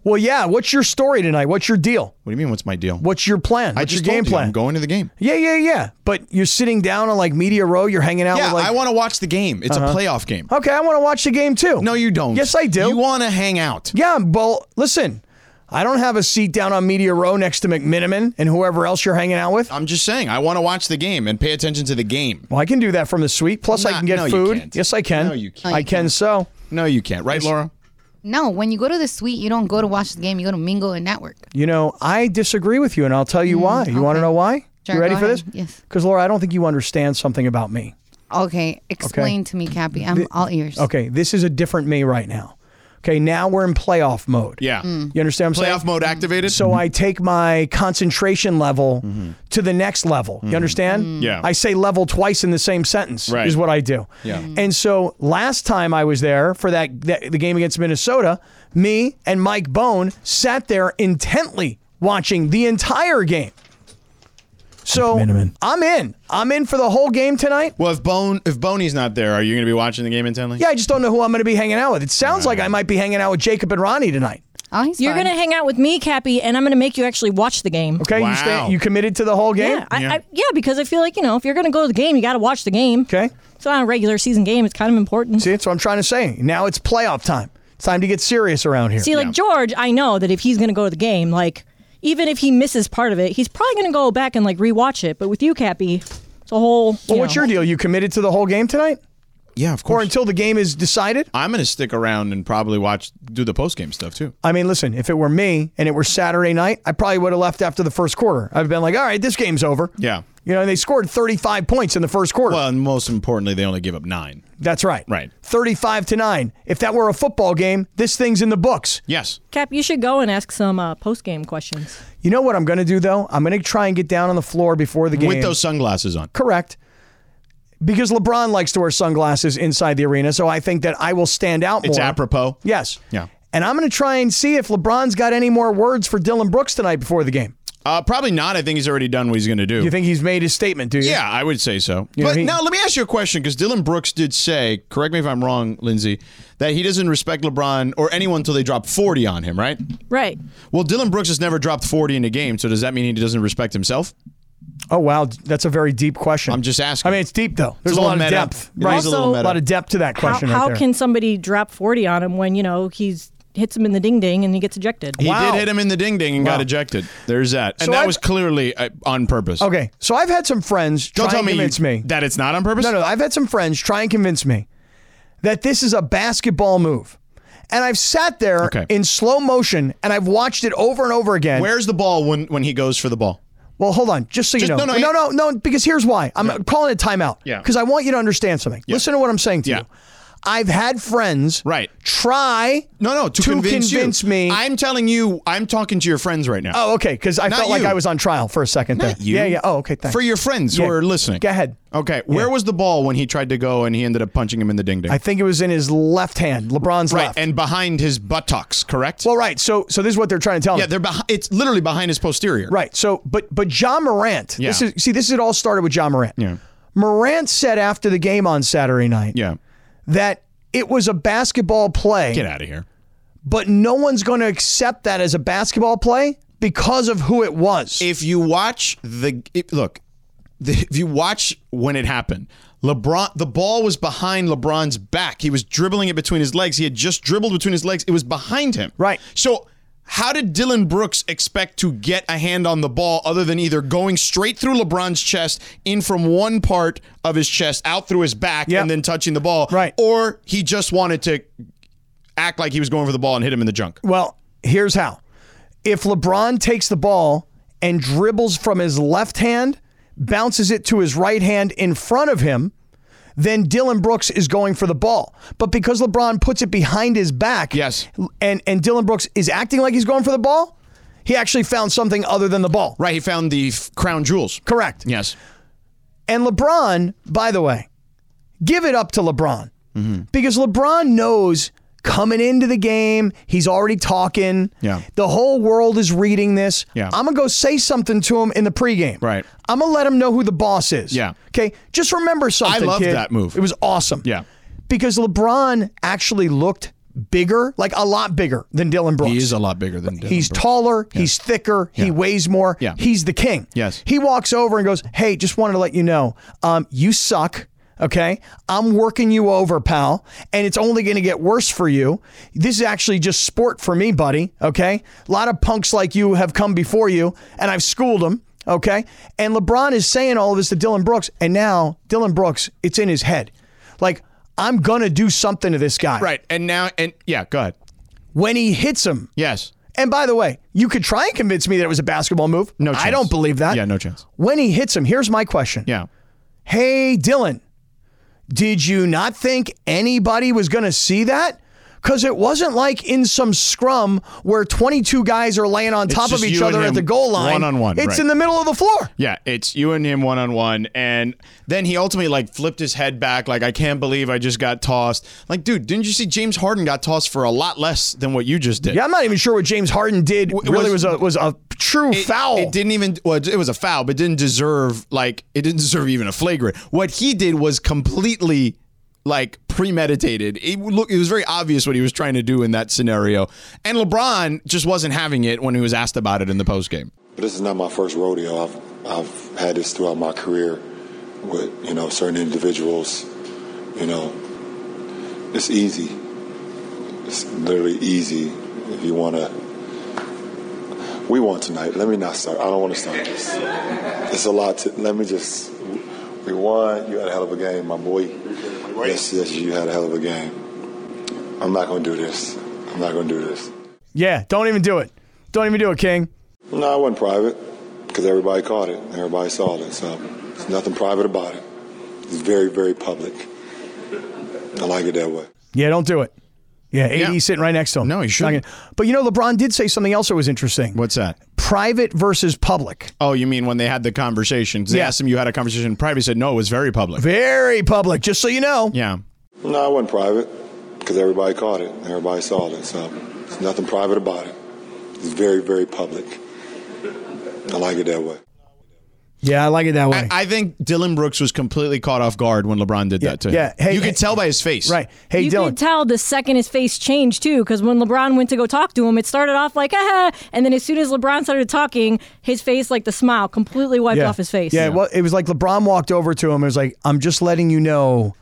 Speaker 5: Well, yeah. What's your story tonight? What's your deal?
Speaker 2: What do you mean? What's my deal?
Speaker 5: What's your plan?
Speaker 2: I
Speaker 5: What's
Speaker 2: just
Speaker 5: your game
Speaker 2: told you,
Speaker 5: plan?
Speaker 2: I'm going to the game.
Speaker 5: yeah, yeah, yeah. But you're sitting down on like media row. You're hanging out.
Speaker 2: yeah,
Speaker 5: with like, Uh-huh.
Speaker 2: I want to watch the game. It's a playoff game.
Speaker 5: Okay, I want to watch the game too.
Speaker 2: No, you don't.
Speaker 5: Yes, I do.
Speaker 2: You want to hang out.
Speaker 5: yeah, well, listen. I don't have a seat down on media row next to McMiniman and whoever else you're hanging out with.
Speaker 2: I'm just saying, I want to watch the game and pay attention to the game.
Speaker 5: Well, I can do that from the suite. Plus, I
Speaker 2: Nah,
Speaker 5: can get
Speaker 2: no, you
Speaker 5: food.
Speaker 2: can't.
Speaker 5: Yes, I can.
Speaker 2: No, you can't.
Speaker 5: I can. So,
Speaker 2: No, you can't, right, Laura?
Speaker 11: No, when you go to the suite, you don't go to watch the game. You go to mingle and network.
Speaker 5: you know, I disagree with you, and I'll tell you why. You want to know why?
Speaker 11: Mm, Sure,
Speaker 5: you ready
Speaker 11: go
Speaker 5: for
Speaker 11: ahead.
Speaker 5: this?
Speaker 11: Yes.
Speaker 5: Because Laura, I don't think you understand something about me.
Speaker 11: Okay, explain to me, Cappy. I'm all ears.
Speaker 5: Okay, this is a different me right now. Okay, now we're in playoff mode.
Speaker 2: Yeah.
Speaker 11: Mm.
Speaker 5: You understand what I'm saying?
Speaker 2: Playoff mode activated. Mm-hmm.
Speaker 5: So I take my concentration level to the next level. You understand?
Speaker 2: Mm. Yeah.
Speaker 5: I say level twice in the same sentence
Speaker 2: Right.
Speaker 5: is what I do.
Speaker 2: Yeah.
Speaker 5: And so last time I was there for that, that the game against Minnesota, me and Mike Bone sat there intently watching the entire game. So I'm in. Oh, I'm in for the whole game tonight.
Speaker 2: Well, if Bone if Boney's not there, are you going to be watching the game intently?
Speaker 5: Yeah, I just don't know who I'm going to be hanging out with. It sounds like I might be hanging out with Jacob and Ronnie tonight.
Speaker 11: (laughs) Oh, he's
Speaker 7: You're
Speaker 11: fine.
Speaker 7: going to hang out with me, Cappy, and I'm going to make you actually watch the game.
Speaker 5: Okay, you
Speaker 2: Wow.
Speaker 5: stay, you committed to the whole game.
Speaker 7: Yeah, I, yeah. I, yeah, because I feel like, you know, if you're going to go to the game, you got to watch the game.
Speaker 5: Okay.
Speaker 7: It's not a regular season game. It's kind of important.
Speaker 5: See, that's what I'm trying to say. Now it's playoff time. It's time to get serious around here.
Speaker 7: See, like George, I know that if he's going to go to the game, like even if he misses part of it, he's probably going to go back and like rewatch it. But with you, Cappy, it's a whole.
Speaker 5: well,
Speaker 7: you
Speaker 5: what's
Speaker 7: know.
Speaker 5: your deal? You committed to the whole game tonight,
Speaker 2: Yeah, of
Speaker 5: or
Speaker 2: course.
Speaker 5: until the game is decided?
Speaker 2: I'm going to stick around and probably watch do the post game stuff too.
Speaker 5: I mean, listen, if it were me and it were Saturday night, I probably would have left after the first quarter. I've been like, all right, this game's over.
Speaker 2: Yeah.
Speaker 5: You know, and they scored 35 points in the first quarter.
Speaker 2: Well, and most importantly, they only give up nine.
Speaker 5: That's right.
Speaker 2: Right.
Speaker 5: 35 to 9. If that were a football game, this thing's in the books.
Speaker 2: Yes.
Speaker 7: Cap, you should go and ask some uh, post game questions.
Speaker 5: You know what I'm going to do, though? I'm going to try and get down on the floor before the game.
Speaker 2: With those sunglasses on.
Speaker 5: Correct. Because LeBron likes to wear sunglasses inside the arena, so I think that I will stand out
Speaker 2: It's
Speaker 5: more.
Speaker 2: apropos.
Speaker 5: Yes.
Speaker 2: Yeah.
Speaker 5: And I'm going to try and see if LeBron's got any more words for Dylan Brooks tonight before the game.
Speaker 2: Uh, probably not. I think he's already done what he's going to do.
Speaker 5: You think he's made his statement, do you?
Speaker 2: yeah, I would say so.
Speaker 5: You know,
Speaker 2: but
Speaker 5: he-
Speaker 2: now let me ask you a question because Dylan Brooks did say, correct me if I'm wrong, Lindsay, that he doesn't respect LeBron or anyone until they drop 40 on him, right?
Speaker 7: Right.
Speaker 2: Well, Dylan Brooks has never dropped 40 in a game, so does that mean he doesn't respect himself?
Speaker 5: Oh, wow. That's a very deep question.
Speaker 2: I'm just asking.
Speaker 5: I mean, it's deep, though. There's
Speaker 2: It's
Speaker 5: a
Speaker 2: a
Speaker 5: lot
Speaker 2: little
Speaker 5: of
Speaker 2: meta.
Speaker 5: depth.
Speaker 2: It is a little
Speaker 5: a
Speaker 2: meta.
Speaker 5: lot of depth to that question
Speaker 7: how
Speaker 5: right
Speaker 7: how
Speaker 5: there.
Speaker 7: can somebody drop 40 on him when, you know, he's hits him in the ding ding and he gets ejected?
Speaker 2: he
Speaker 5: Wow.
Speaker 2: did hit him in the ding ding and
Speaker 5: Wow.
Speaker 2: got ejected. There's that. And
Speaker 5: So
Speaker 2: that
Speaker 5: I've-
Speaker 2: was clearly uh, on purpose.
Speaker 5: okay. So I've had some friends
Speaker 2: Don't
Speaker 5: try
Speaker 2: tell
Speaker 5: and
Speaker 2: me, you-
Speaker 5: convince me.
Speaker 2: that it's not on purpose.
Speaker 5: No, no. I've had some friends try and convince me that this is a basketball move. And I've sat there
Speaker 2: Okay.
Speaker 5: in slow motion and I've watched it over and over again.
Speaker 2: Where's the ball when, when he goes for the ball?
Speaker 5: Well, hold on, just so you
Speaker 2: Just-
Speaker 5: know.
Speaker 2: no,
Speaker 5: No,
Speaker 2: no,
Speaker 5: no, no, because here's why. I'm calling it timeout.
Speaker 2: Yeah.
Speaker 5: Because I want you to understand something. Listen to what I'm saying to
Speaker 2: Yeah.
Speaker 5: you. I've had friends
Speaker 2: Right.
Speaker 5: try
Speaker 2: No, no, to,
Speaker 5: to
Speaker 2: convince, you.
Speaker 5: convince me.
Speaker 2: I'm telling you, I'm talking to your friends right now.
Speaker 5: oh, okay, because I
Speaker 2: Not
Speaker 5: felt like
Speaker 2: you.
Speaker 5: I was on trial for a second
Speaker 2: Not
Speaker 5: there.
Speaker 2: you.
Speaker 5: Yeah, yeah. Oh, okay, thanks.
Speaker 2: For your friends
Speaker 5: Yeah.
Speaker 2: who are listening.
Speaker 5: Go ahead.
Speaker 2: Okay, where was the ball when he tried to go and he ended up punching him in the ding ding?
Speaker 5: I think it was in his left hand, LeBron's
Speaker 2: Right,
Speaker 5: left.
Speaker 2: and behind his buttocks, correct?
Speaker 5: well, right. So, so this is what they're trying to tell me.
Speaker 2: yeah, they're behind. It's literally behind his posterior.
Speaker 5: Right. So, but but John Morant. This
Speaker 2: Yeah.
Speaker 5: is see. This it all started with John Morant.
Speaker 2: Yeah.
Speaker 5: Morant said after the game on Saturday night
Speaker 2: Yeah.
Speaker 5: that it was a basketball play.
Speaker 2: Get out of here.
Speaker 5: but no one's going to accept that as a basketball play because of who it was.
Speaker 2: If you watch the if, look, the, if you watch when it happened, LeBron, the ball was behind LeBron's back. He was dribbling it between his legs. He had just dribbled between his legs. It was behind him. Right. So, how did Dylan Brooks expect to get a hand on the ball other than either going straight through LeBron's chest, in from one part of his chest, out through his back, and then touching the ball? Right. Or he just wanted to act like he was going for the ball and hit him in the junk.
Speaker 5: Well, here's how. If LeBron takes the ball and dribbles from his left hand, bounces it to his right hand in front of him, then Dylan Brooks is going for the ball. But because LeBron puts it behind his back, yes. and, and Dylan Brooks is acting like he's going for the ball, he actually found something other than the ball.
Speaker 2: Right, he found the crown jewels.
Speaker 5: Correct.
Speaker 2: Yes.
Speaker 5: And LeBron, by the way, give it up to LeBron
Speaker 2: Mm-hmm.
Speaker 5: because LeBron knows coming into the game, he's already talking.
Speaker 2: Yeah.
Speaker 5: The whole world is reading this.
Speaker 2: Yeah.
Speaker 5: I'm going to go say something to him in the pregame.
Speaker 2: Right.
Speaker 5: I'm going to let him know who the boss is.
Speaker 2: Yeah.
Speaker 5: Okay. Just remember something.
Speaker 2: loved
Speaker 5: kid.
Speaker 2: that move.
Speaker 5: It was awesome.
Speaker 2: Yeah.
Speaker 5: Because LeBron actually looked bigger, like a lot bigger than Dylan Brooks.
Speaker 2: He is a lot bigger than Dylan
Speaker 5: He's
Speaker 2: Brooks.
Speaker 5: taller. He's thicker. He weighs more.
Speaker 2: Yeah.
Speaker 5: He's the king.
Speaker 2: Yes.
Speaker 5: He walks over and goes, Hey, just wanted to let you know, um, you suck. Okay. I'm working you over, pal. And it's only going to get worse for you. This is actually just sport for me, buddy. Okay. A lot of punks like you have come before you, and I've schooled them. Okay. And LeBron is saying all of this to Dylan Brooks. And now Dylan Brooks, it's in his head. Like, I'm going to do something to this guy.
Speaker 2: Right. And now, and yeah, go ahead.
Speaker 5: When he hits him.
Speaker 2: Yes.
Speaker 5: And by the way, you could try and convince me that it was a basketball move. No I
Speaker 2: chance.
Speaker 5: don't believe that.
Speaker 2: Yeah, no chance.
Speaker 5: When he hits him, here's my question.
Speaker 2: Yeah.
Speaker 5: Hey, Dylan, did you not think anybody was going to see that? Because it wasn't like in some scrum where 22 guys are laying on
Speaker 2: It's
Speaker 5: top of
Speaker 2: just
Speaker 5: each
Speaker 2: you
Speaker 5: other
Speaker 2: and
Speaker 5: at
Speaker 2: him,
Speaker 5: the goal line.
Speaker 2: one-on-one,
Speaker 5: It's
Speaker 2: right.
Speaker 5: in the middle of the floor.
Speaker 2: Yeah, it's you and him one on one, and then he ultimately like flipped his head back, like I can't believe I just got tossed. Like, dude, didn't you see James Harden got tossed for a lot less than what you just did?
Speaker 5: Yeah, I'm not even sure what James Harden did. really
Speaker 2: was-
Speaker 5: was, a was a true
Speaker 2: it,
Speaker 5: foul.
Speaker 2: It didn't even well, it was a foul, but didn't deserve like it didn't deserve even a flagrant. What he did was completely like premeditated. It w- look, it was very obvious what he was trying to do in that scenario, and LeBron just wasn't having it when he was asked about it in the postgame.
Speaker 12: But this is not my first rodeo. I've, I've had this throughout my career with, you know, certain individuals. You know, it's easy. It's literally easy if you want to. We won tonight. Let me not start. I don't want to start this. It's a lot to. Let me just. We won. You had a hell of a game, my boy. Yes, yes, you had a hell of a game. I'm not going to do this. I'm not going to do this.
Speaker 5: Yeah, don't even do it. Don't even do it, King.
Speaker 12: No, I wasn't private because everybody caught it. Everybody saw it. So there's nothing private about it. It's very, very public. I like it that way.
Speaker 5: Yeah, don't do it. Yeah, AD sitting right next to him. No, he shouldn't. But you know, LeBron did say something else that was interesting.
Speaker 2: What's that?
Speaker 5: Private versus public.
Speaker 2: Oh, you mean when they had the conversations? They
Speaker 5: Yeah.
Speaker 2: asked him you had a conversation in private. He said no, it was very public.
Speaker 5: Very public, just so you know.
Speaker 2: Yeah.
Speaker 12: No, I wasn't private because everybody caught it. Everybody saw it. So there's nothing private about it. It's very, very public. I like it that way.
Speaker 5: Yeah, I like it that way.
Speaker 2: I think Dylan Brooks was completely caught off guard when LeBron did that to him.
Speaker 5: yeah. Hey,
Speaker 2: you could tell by his face.
Speaker 5: Right. Hey,
Speaker 7: you
Speaker 5: Dylan.
Speaker 7: could tell the second his face changed too, because when LeBron went to go talk to him, it started off like ah, and then as soon as LeBron started talking, his face, like the smile, completely wiped
Speaker 5: yeah.
Speaker 7: off his face.
Speaker 5: Yeah, Well, it was like LeBron walked over to him and was like, I'm just letting you know,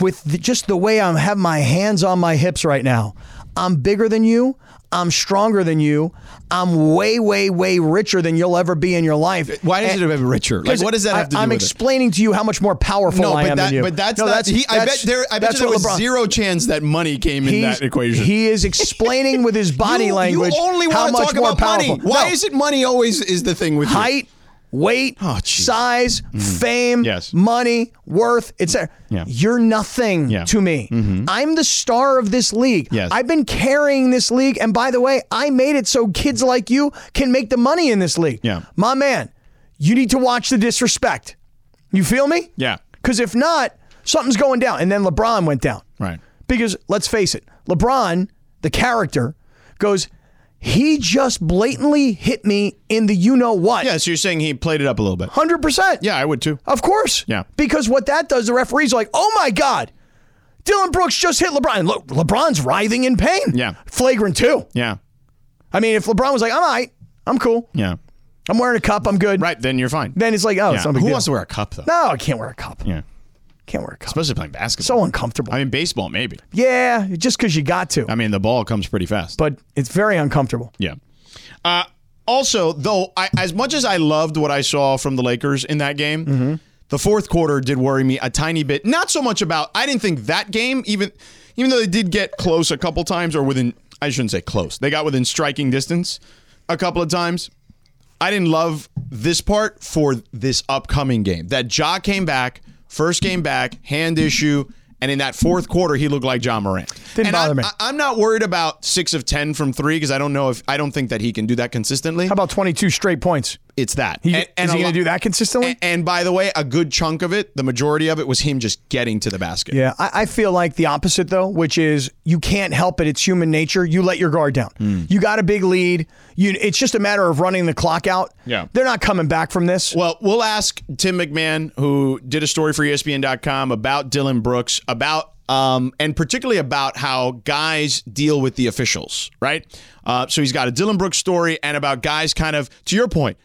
Speaker 5: with the, just the way I'm have my hands on my hips right now, I'm bigger than you. I'm stronger than you. I'm way, way, way richer than you'll ever be in your life.
Speaker 2: Why does
Speaker 5: And-
Speaker 2: it have richer? Like,
Speaker 5: 'Cause
Speaker 2: what does that have to
Speaker 5: I,
Speaker 2: do
Speaker 5: I'm
Speaker 2: with it?
Speaker 5: explaining to you how much more powerful
Speaker 2: No,
Speaker 5: I
Speaker 2: but
Speaker 5: am
Speaker 2: that,
Speaker 5: than you.
Speaker 2: but that's
Speaker 5: No,
Speaker 2: not. he, I
Speaker 5: that's-
Speaker 2: bet there. I bet
Speaker 5: that's
Speaker 2: you there
Speaker 5: what
Speaker 2: was
Speaker 5: LeBron-
Speaker 2: zero chance that money came in
Speaker 5: He's-
Speaker 2: that equation.
Speaker 5: He is explaining with his
Speaker 2: (laughs)
Speaker 5: body
Speaker 2: You- you
Speaker 5: language
Speaker 2: only
Speaker 5: how
Speaker 2: wanna
Speaker 5: much
Speaker 2: talk
Speaker 5: more
Speaker 2: about money.
Speaker 5: powerful.
Speaker 2: Why is it money always is the thing with you? Oh,
Speaker 5: height, weight, size, fame, money, worth, etc.
Speaker 2: Mm-hmm. Yeah. Mm-hmm.
Speaker 5: You're nothing to me. I'm the star of this league.
Speaker 2: Yes.
Speaker 5: I've been carrying this league, and by the way, I made it so kids like you can make the money in this league.
Speaker 2: Yeah.
Speaker 5: my man, you need to watch the disrespect. You feel me?
Speaker 2: yeah.
Speaker 5: Because if not, something's going down. And then LeBron went down.
Speaker 2: Right.
Speaker 5: Because let's face it, LeBron, the character, goes, he just blatantly hit me in the you know what.
Speaker 2: Yeah. So you're saying he played it up a little bit.
Speaker 5: 100%.
Speaker 2: Yeah, I would too.
Speaker 5: Of course.
Speaker 2: Yeah.
Speaker 5: Because what that does, the referees are like, oh my God, Dylan Brooks just hit LeBron. Look, LeBron's writhing in pain.
Speaker 2: Yeah.
Speaker 5: Flagrant too.
Speaker 2: Yeah.
Speaker 5: I mean, if LeBron was like, I'm all right, I'm cool.
Speaker 2: Yeah.
Speaker 5: I'm wearing a cup, I'm good.
Speaker 2: Right. Then you're fine.
Speaker 5: Then it's like, oh,
Speaker 2: Yeah.
Speaker 5: it's not a big
Speaker 2: Who
Speaker 5: deal.
Speaker 2: wants to wear a cup though?
Speaker 5: No, I can't wear a cup.
Speaker 2: Yeah.
Speaker 5: Can't wear a cup.
Speaker 2: Especially playing basketball.
Speaker 5: So uncomfortable.
Speaker 2: I mean, baseball, maybe.
Speaker 5: Yeah, just because you got to.
Speaker 2: I mean, the ball comes pretty fast.
Speaker 5: But it's very uncomfortable.
Speaker 2: Yeah. Uh, also, though, I, as much as I loved what I saw from the Lakers in that game,
Speaker 5: Mm-hmm.
Speaker 2: the fourth quarter did worry me a tiny bit. Not so much about I didn't think that game even even though they did get close a couple times or within I shouldn't say close. They got within striking distance a couple of times. I didn't love this part for this upcoming game. That Ja came back, first game back, hand issue, and in that fourth quarter he looked like John Morant.
Speaker 5: Didn't
Speaker 2: And
Speaker 5: bother
Speaker 2: I'm,
Speaker 5: me.
Speaker 2: I- I'm not worried about six of ten from three because I don't know if I don't think that he can do that consistently. How
Speaker 5: about twenty two straight points?
Speaker 2: It's that.
Speaker 5: He- is he
Speaker 2: a
Speaker 5: gonna
Speaker 2: lo-
Speaker 5: do that consistently?
Speaker 2: And, and by the way, a good chunk of it, the majority of it, was him just getting to the basket.
Speaker 5: Yeah, I, I feel like the opposite though, which is you can't help it. It's human nature. You let your guard down.
Speaker 2: Hmm.
Speaker 5: You got a big lead. You, it's just a matter of running the clock out.
Speaker 2: Yeah.
Speaker 5: they're not coming back from this.
Speaker 2: Well, we'll ask Tim McMahon, who did a story for E ESPN.com about Dylan Brooks, about um, and particularly about how guys deal with the officials, right? Uh, so he's got a Dylan Brooks story and about guys kind of, to your point,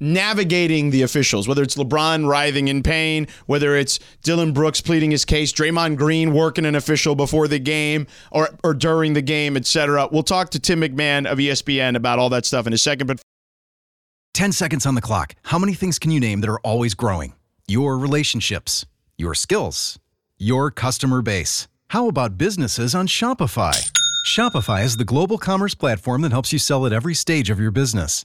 Speaker 2: navigating the officials, whether it's LeBron writhing in pain, whether it's Dylan Brooks pleading his case, Draymond Green working an official before the game or, or during the game, etc. We'll talk to Tim McMahon of E ESPN about all that stuff in a second, but
Speaker 9: 10 seconds on the clock. How many things can you name that are always growing? Your relationships, your skills, your customer base. How about businesses on Shopify? Shopify is the global commerce platform that helps you sell at every stage of your business.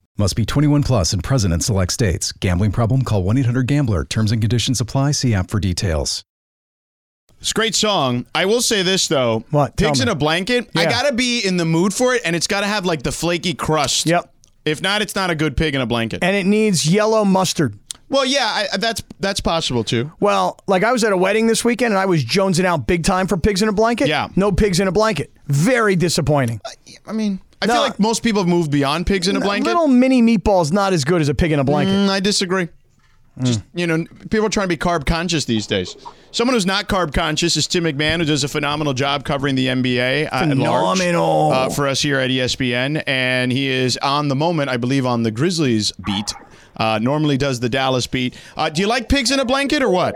Speaker 9: Must be 21 plus and present in select states. Gambling problem? Call 1 800 Gambler. Terms and conditions apply. See app for details.
Speaker 2: It's a great song. I will say this though.
Speaker 5: What? Tell
Speaker 2: Pigs in
Speaker 5: me.
Speaker 2: a blanket. I
Speaker 5: Yeah.
Speaker 2: gotta be in the mood for it, and it's gotta have like the flaky crust.
Speaker 5: Yep.
Speaker 2: If not, it's not a good pig in a blanket.
Speaker 5: and it needs yellow mustard.
Speaker 2: Well, yeah, I, I- that's that's possible too.
Speaker 5: Well, like I was at a wedding this weekend and I was jonesing out big time for pigs in a blanket. Yeah, no pigs in a blanket. Very disappointing.
Speaker 2: I mean, I feel like most people have moved beyond pigs in a blanket.
Speaker 5: Little mini meatballs not as good as a pig in a blanket. Hmm.
Speaker 2: Mm, I disagree. Just you know, people are trying to be carb conscious these days. Someone who's not carb conscious is Tim McMahon, who does a phenomenal job covering the NBA uh, at large,
Speaker 5: Phenomenal.
Speaker 2: uh, for us here at ESPN, and he is on the moment, I believe, on the Grizzlies beat. Uh, normally does the Dallas beat. Uh, do you like pigs in a blanket or what?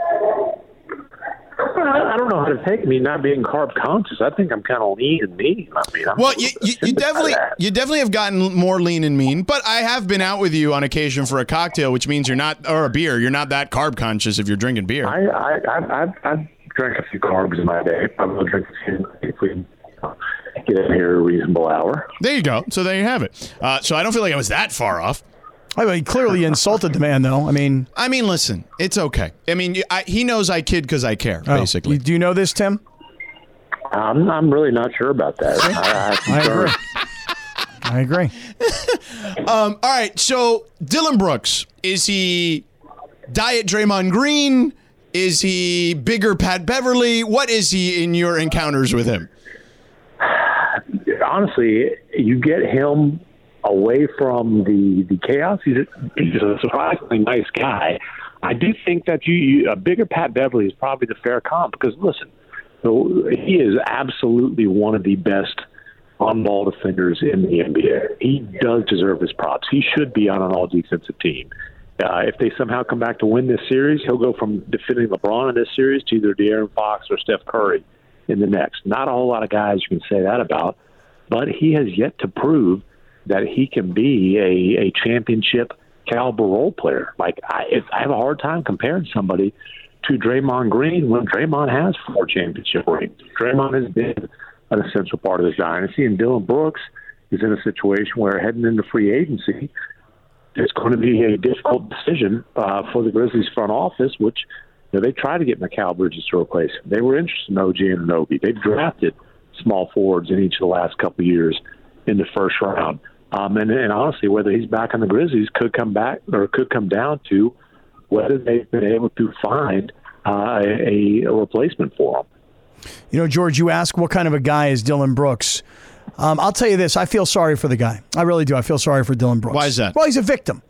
Speaker 13: I don't know how to take me not being carb conscious. I think I'm kind of lean and mean. I mean, I'm
Speaker 2: Well, you, you, you definitely you definitely have gotten more lean and mean, but I have been out with you on occasion for a cocktail, which means you're not or a beer. You're not that carb conscious if you're drinking beer.
Speaker 13: I I I I've, I've drank a few carbs in my day. I'm gonna drink a few if we get in here a reasonable hour.
Speaker 2: There you go. So there you have it. Uh, so I don't feel like I was that far off.
Speaker 5: I mean, clearly insulted the man though. I mean,
Speaker 2: I mean, listen, it's okay. I mean, you- I, he knows I kid because I care,
Speaker 5: oh,
Speaker 2: basically.
Speaker 5: you- do you know this, Tim?
Speaker 13: I'm I'm really not sure about that. I, I,
Speaker 5: agree. I
Speaker 2: (laughs)
Speaker 5: agree.
Speaker 2: Um, all right. So Dylan Brooks is he diet Draymond Green? Is he bigger Pat Beverly? What is he in your encounters with him?
Speaker 13: honestly, you get him away from the the chaos. He's a, he's a surprisingly nice guy. I do think that you, you a bigger Pat Beverly is probably the fair comp because listen, the- he is absolutely one of the best on ball defenders in the NBA. He does deserve his props. He should be on an all defensive team. Uh, if they somehow come back to win this series, he'll go from defending LeBron in this series to either De'Aaron Fox or Steph Curry in the next. Not a whole lot of guys you can say that about, but he has yet to prove that he can be a, a championship caliber role player. Like I, if, I have a hard time comparing somebody to Draymond Green when Draymond has four championship rings. Draymond has been an essential part of this dynasty, and Dylan Brooks is in a situation where heading into free agency, it's going to be a difficult decision uh, for the Grizzlies front office, which you know, they tried to get Mikal Bridges to replace him. They were interested in OG and Anobi. They've drafted small forwards in each of the last couple of years in the first round. Um, and, and honestly, whether he's back on the Grizzlies could come back or could come down to whether they've been able to find uh, a, a replacement for him.
Speaker 5: You know, George, you ask what kind of a guy is Dylan Brooks. Um, I'll tell you this: I feel sorry for the guy. I really do. I feel sorry for Dylan Brooks. Why is
Speaker 2: that?
Speaker 5: Well, he's a victim.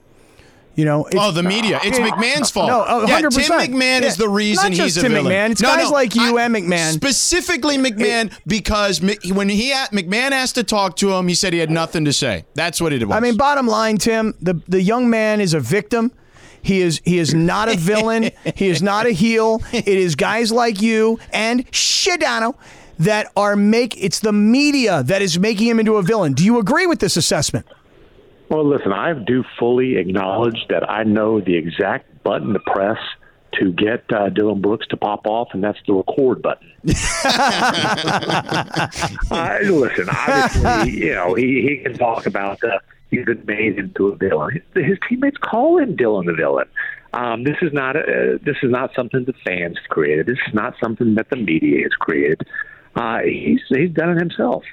Speaker 5: You know.
Speaker 2: Oh, the media. It's McMahon's fault.
Speaker 5: No, oh,
Speaker 2: Yeah,
Speaker 5: 100%.
Speaker 2: Tim McMahon is the reason
Speaker 5: Not just
Speaker 2: he's a
Speaker 5: Tim
Speaker 2: villain.
Speaker 5: McMahon. It's
Speaker 2: No,
Speaker 5: guys
Speaker 2: no,
Speaker 5: like you and McMahon.
Speaker 2: Specifically McMahon, because Mi- when he a- McMahon asked to talk to him, he said he had nothing to say. That's what it was.
Speaker 5: I mean, bottom line, Tim, the the young man is a victim. He is he is not a villain. he is not a heel. It is guys like you and Shadano that are make it's the media that is making him into a villain. Do you agree with this assessment?
Speaker 13: Well, listen, I do fully acknowledge that I know the exact button to press to get uh, Dylan Brooks to pop off, and that's the record button. uh, listen, obviously, you know, he, he can talk about uh, he's been made into a villain. His, his teammates call him Dylan the villain. Um, this is not a, this is not something the fans created. This is not something that the media has created. Uh, he's he's done it himself,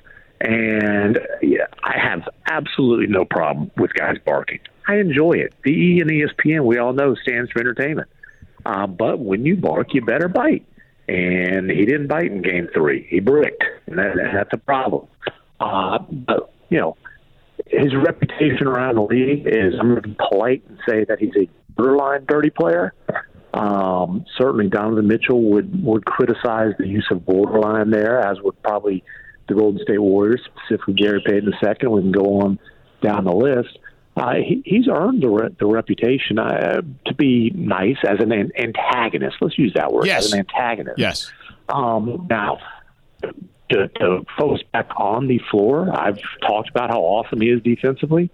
Speaker 13: and uh, yeah, I have absolutely no problem with guys barking. I enjoy it. The E and ESPN, we all know, stands for entertainment. Uh, but when you bark, you better bite. And he didn't bite in game three. He bricked. And that, that's a problem. Uh, but, you know, his reputation around the league is I'm going to be polite and say that he's a borderline dirty player. Um, certainly, Donovan Mitchell would would criticize the use of borderline there, as would probably the Golden State Warriors, specifically Gary Payton II. We can go on down the list. Uh, he, he's earned the, re- the reputation uh, to be nice as an, an antagonist. Let's use that word
Speaker 2: Yes.
Speaker 13: as an antagonist.
Speaker 2: Yes.
Speaker 13: Um, now, to, to focus back on the floor, I've talked about how awesome he is defensively.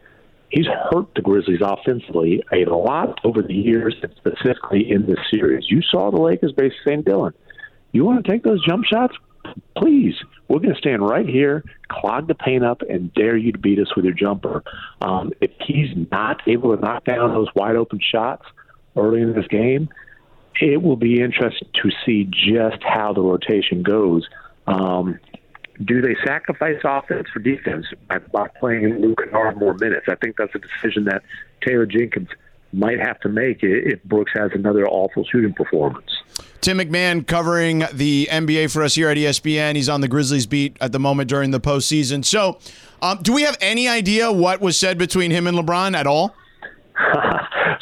Speaker 13: He's hurt the Grizzlies offensively a lot over the years, and specifically in this series. You saw the Lakers basically saying, Dylan, you want to take those jump shots? Please, we're going to stand right here, clog the paint up, and dare you to beat us with your jumper. Um, if he's not able to knock down those wide open shots early in this game, it will be interesting to see just how the rotation goes. Um, do they sacrifice offense for defense by, by playing Luke Kennard more minutes? I think that's a decision that Taylor Jenkins might have to make i- if Brooks has another awful shooting performance.
Speaker 2: Tim McMahon covering the NBA for us here at E ESPN. He's on the Grizzlies beat at the moment during the postseason. So, um, do we have any idea what was said between him and LeBron at all?
Speaker 13: (laughs)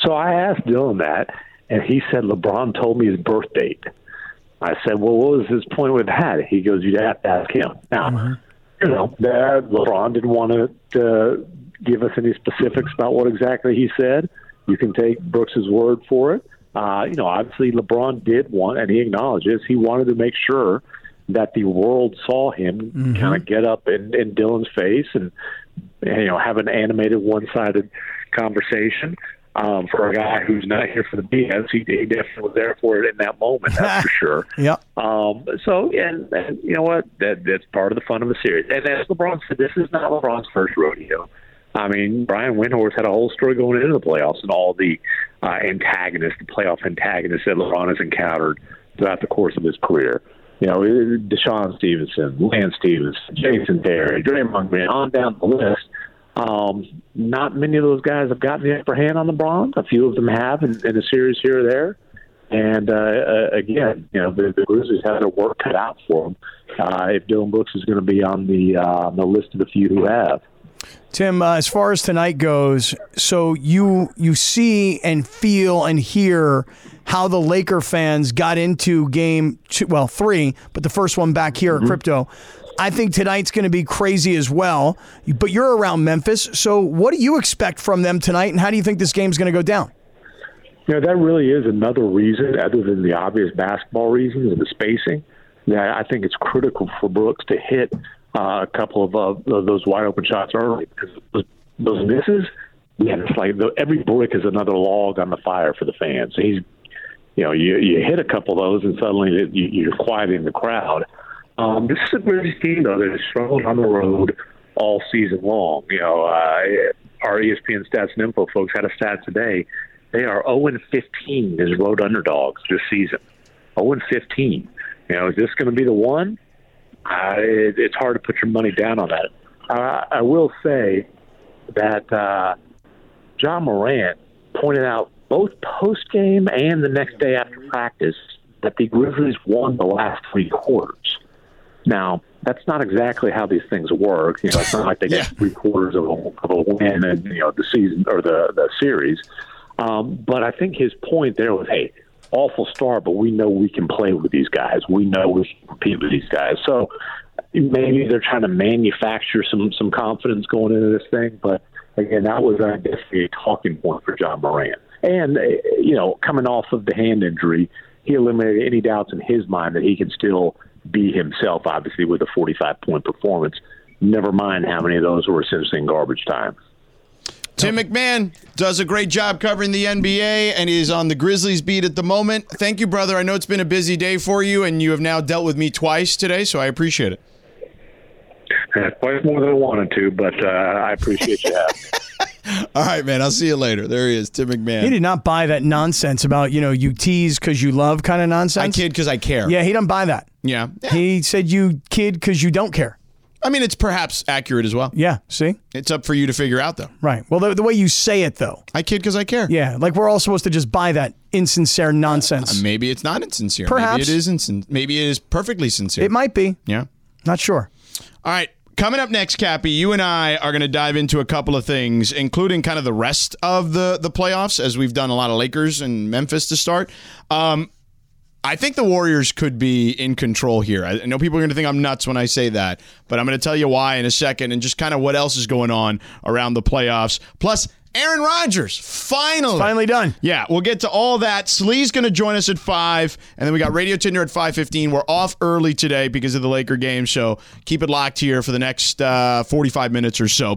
Speaker 13: so I asked Dylan that, and he said LeBron told me his birth date. I said, "Well, what was his point with that?" He goes, "You'd have to ask him." Now, you know, that LeBron didn't want to uh, give us any specifics about what exactly he said. You can take Brooks's word for it. Uh, you know, obviously LeBron did want, and he acknowledges he wanted to make sure that the world saw him
Speaker 14: Mhm.
Speaker 13: kind of get up in, in Dylan's face and you know have an animated one-sided conversation. Um, for a guy who's not here for the BS, he, he definitely was there for it in that moment. That's for sure.
Speaker 5: Yeah.
Speaker 13: Um, so, and, and you know what? That, that's part of the fun of the series. And as LeBron said, this is not LeBron's first rodeo. I mean, Brian Windhorst had a whole story going into the playoffs and all the uh, antagonists, the playoff antagonists that LeBron has encountered throughout the course of his career. You know, Deshaun Stevenson, Lance Stevens, Jason Terry, Draymond Green, on down the list. Um, not many of those guys have gotten the upper hand on LeBron. A few of them have in, in a series here or there. And uh, uh, again, you know, the, the Grizzlies have their work cut out for them uh, if Dylan Brooks is going to be on the uh, on the list of the few who have.
Speaker 5: Tim, uh, as far as tonight goes, so you you see and feel and hear how the Laker fans got into game two, well three, but the first one back here
Speaker 2: Mm-hmm.
Speaker 5: at Crypto. I think tonight's going to be crazy as well. But you're around Memphis, so what do you expect from them tonight, and how do you think this game's going to go down?
Speaker 13: You know, that really is another reason, other than the obvious basketball reasons and the spacing, that I think it's critical for Brooks to hit uh, a couple of uh, those wide open shots early because those- those misses, yeah, it's like the, every brick is another log on the fire for the fans. He's, you know, you, you hit a couple of those and suddenly you, you're quieting the crowd. Um, this is a British team, though, that has struggled on the road all season long. You know, uh, our ESPN stats and info folks had a stat today. They are 0 and 15 as road underdogs this season. 0 and 15. You know, is this going to be the one? Uh, it, it's hard to put your money down on that. Uh, I will say that uh, John Morant pointed out both post game and the next day after practice that the Grizzlies won the last three quarters. Now, that's not exactly how these things work. You know, it's not like they get three quarters of a, of a win and you know the season or the the series. Um, but I think his point there was, hey, awful start, but we know we can play with these guys. We know we can compete with these guys. So maybe they're trying to manufacture some some confidence going into this thing. But again, that was I guess a talking point for John Moran. And uh, you know, coming off of the hand injury, he eliminated any doubts in his mind that he can still be himself. Obviously, with a 45 point performance. Never mind how many of those were essentially in garbage time.
Speaker 2: Tim McMahon does a great job covering the NBA and is on the Grizzlies beat at the moment. Thank you, brother. I know it's been a busy day for you, and you have now dealt with me twice today, so I appreciate it.
Speaker 13: Yeah, Uh, quite more than I wanted to, but uh, I appreciate you having. me.
Speaker 2: All right, man. I'll see you later. There he is, Tim McMahon.
Speaker 5: He did not buy that nonsense about, you know, you tease because you love kind of nonsense.
Speaker 2: I kid because I care.
Speaker 5: Yeah, he didn't buy that.
Speaker 2: Yeah.
Speaker 5: He said you kid because you don't care.
Speaker 2: I mean, it's perhaps accurate as well.
Speaker 5: Yeah, see?
Speaker 2: It's up for you to figure out, though.
Speaker 5: Right. Well, the, the way you say it, though.
Speaker 2: I kid because I care.
Speaker 5: Yeah, like we're all supposed to just buy that insincere nonsense.
Speaker 2: Uh, maybe it's not insincere.
Speaker 5: Perhaps.
Speaker 2: Maybe it is insin- Maybe it is perfectly sincere.
Speaker 5: It might be.
Speaker 2: Yeah.
Speaker 5: Not sure.
Speaker 2: All right. Coming up next, Cappy, you and I are going to dive into a couple of things, including kind of the rest of the the playoffs, as we've done a lot of Lakers and Memphis to start. Um, I think the Warriors could be in control here. I I know people are going to think I'm nuts when I say that, but I'm going to tell you why in a second, and just kind of what else is going on around the playoffs. Plus, Aaron Rodgers finally
Speaker 5: finally done.
Speaker 2: Yeah, we'll get to all that. Slee's going to join us at five, and then we got Radio Tinder at five fifteen. We're off early today because of the Laker game, so keep it locked here for the next uh, forty five minutes or so.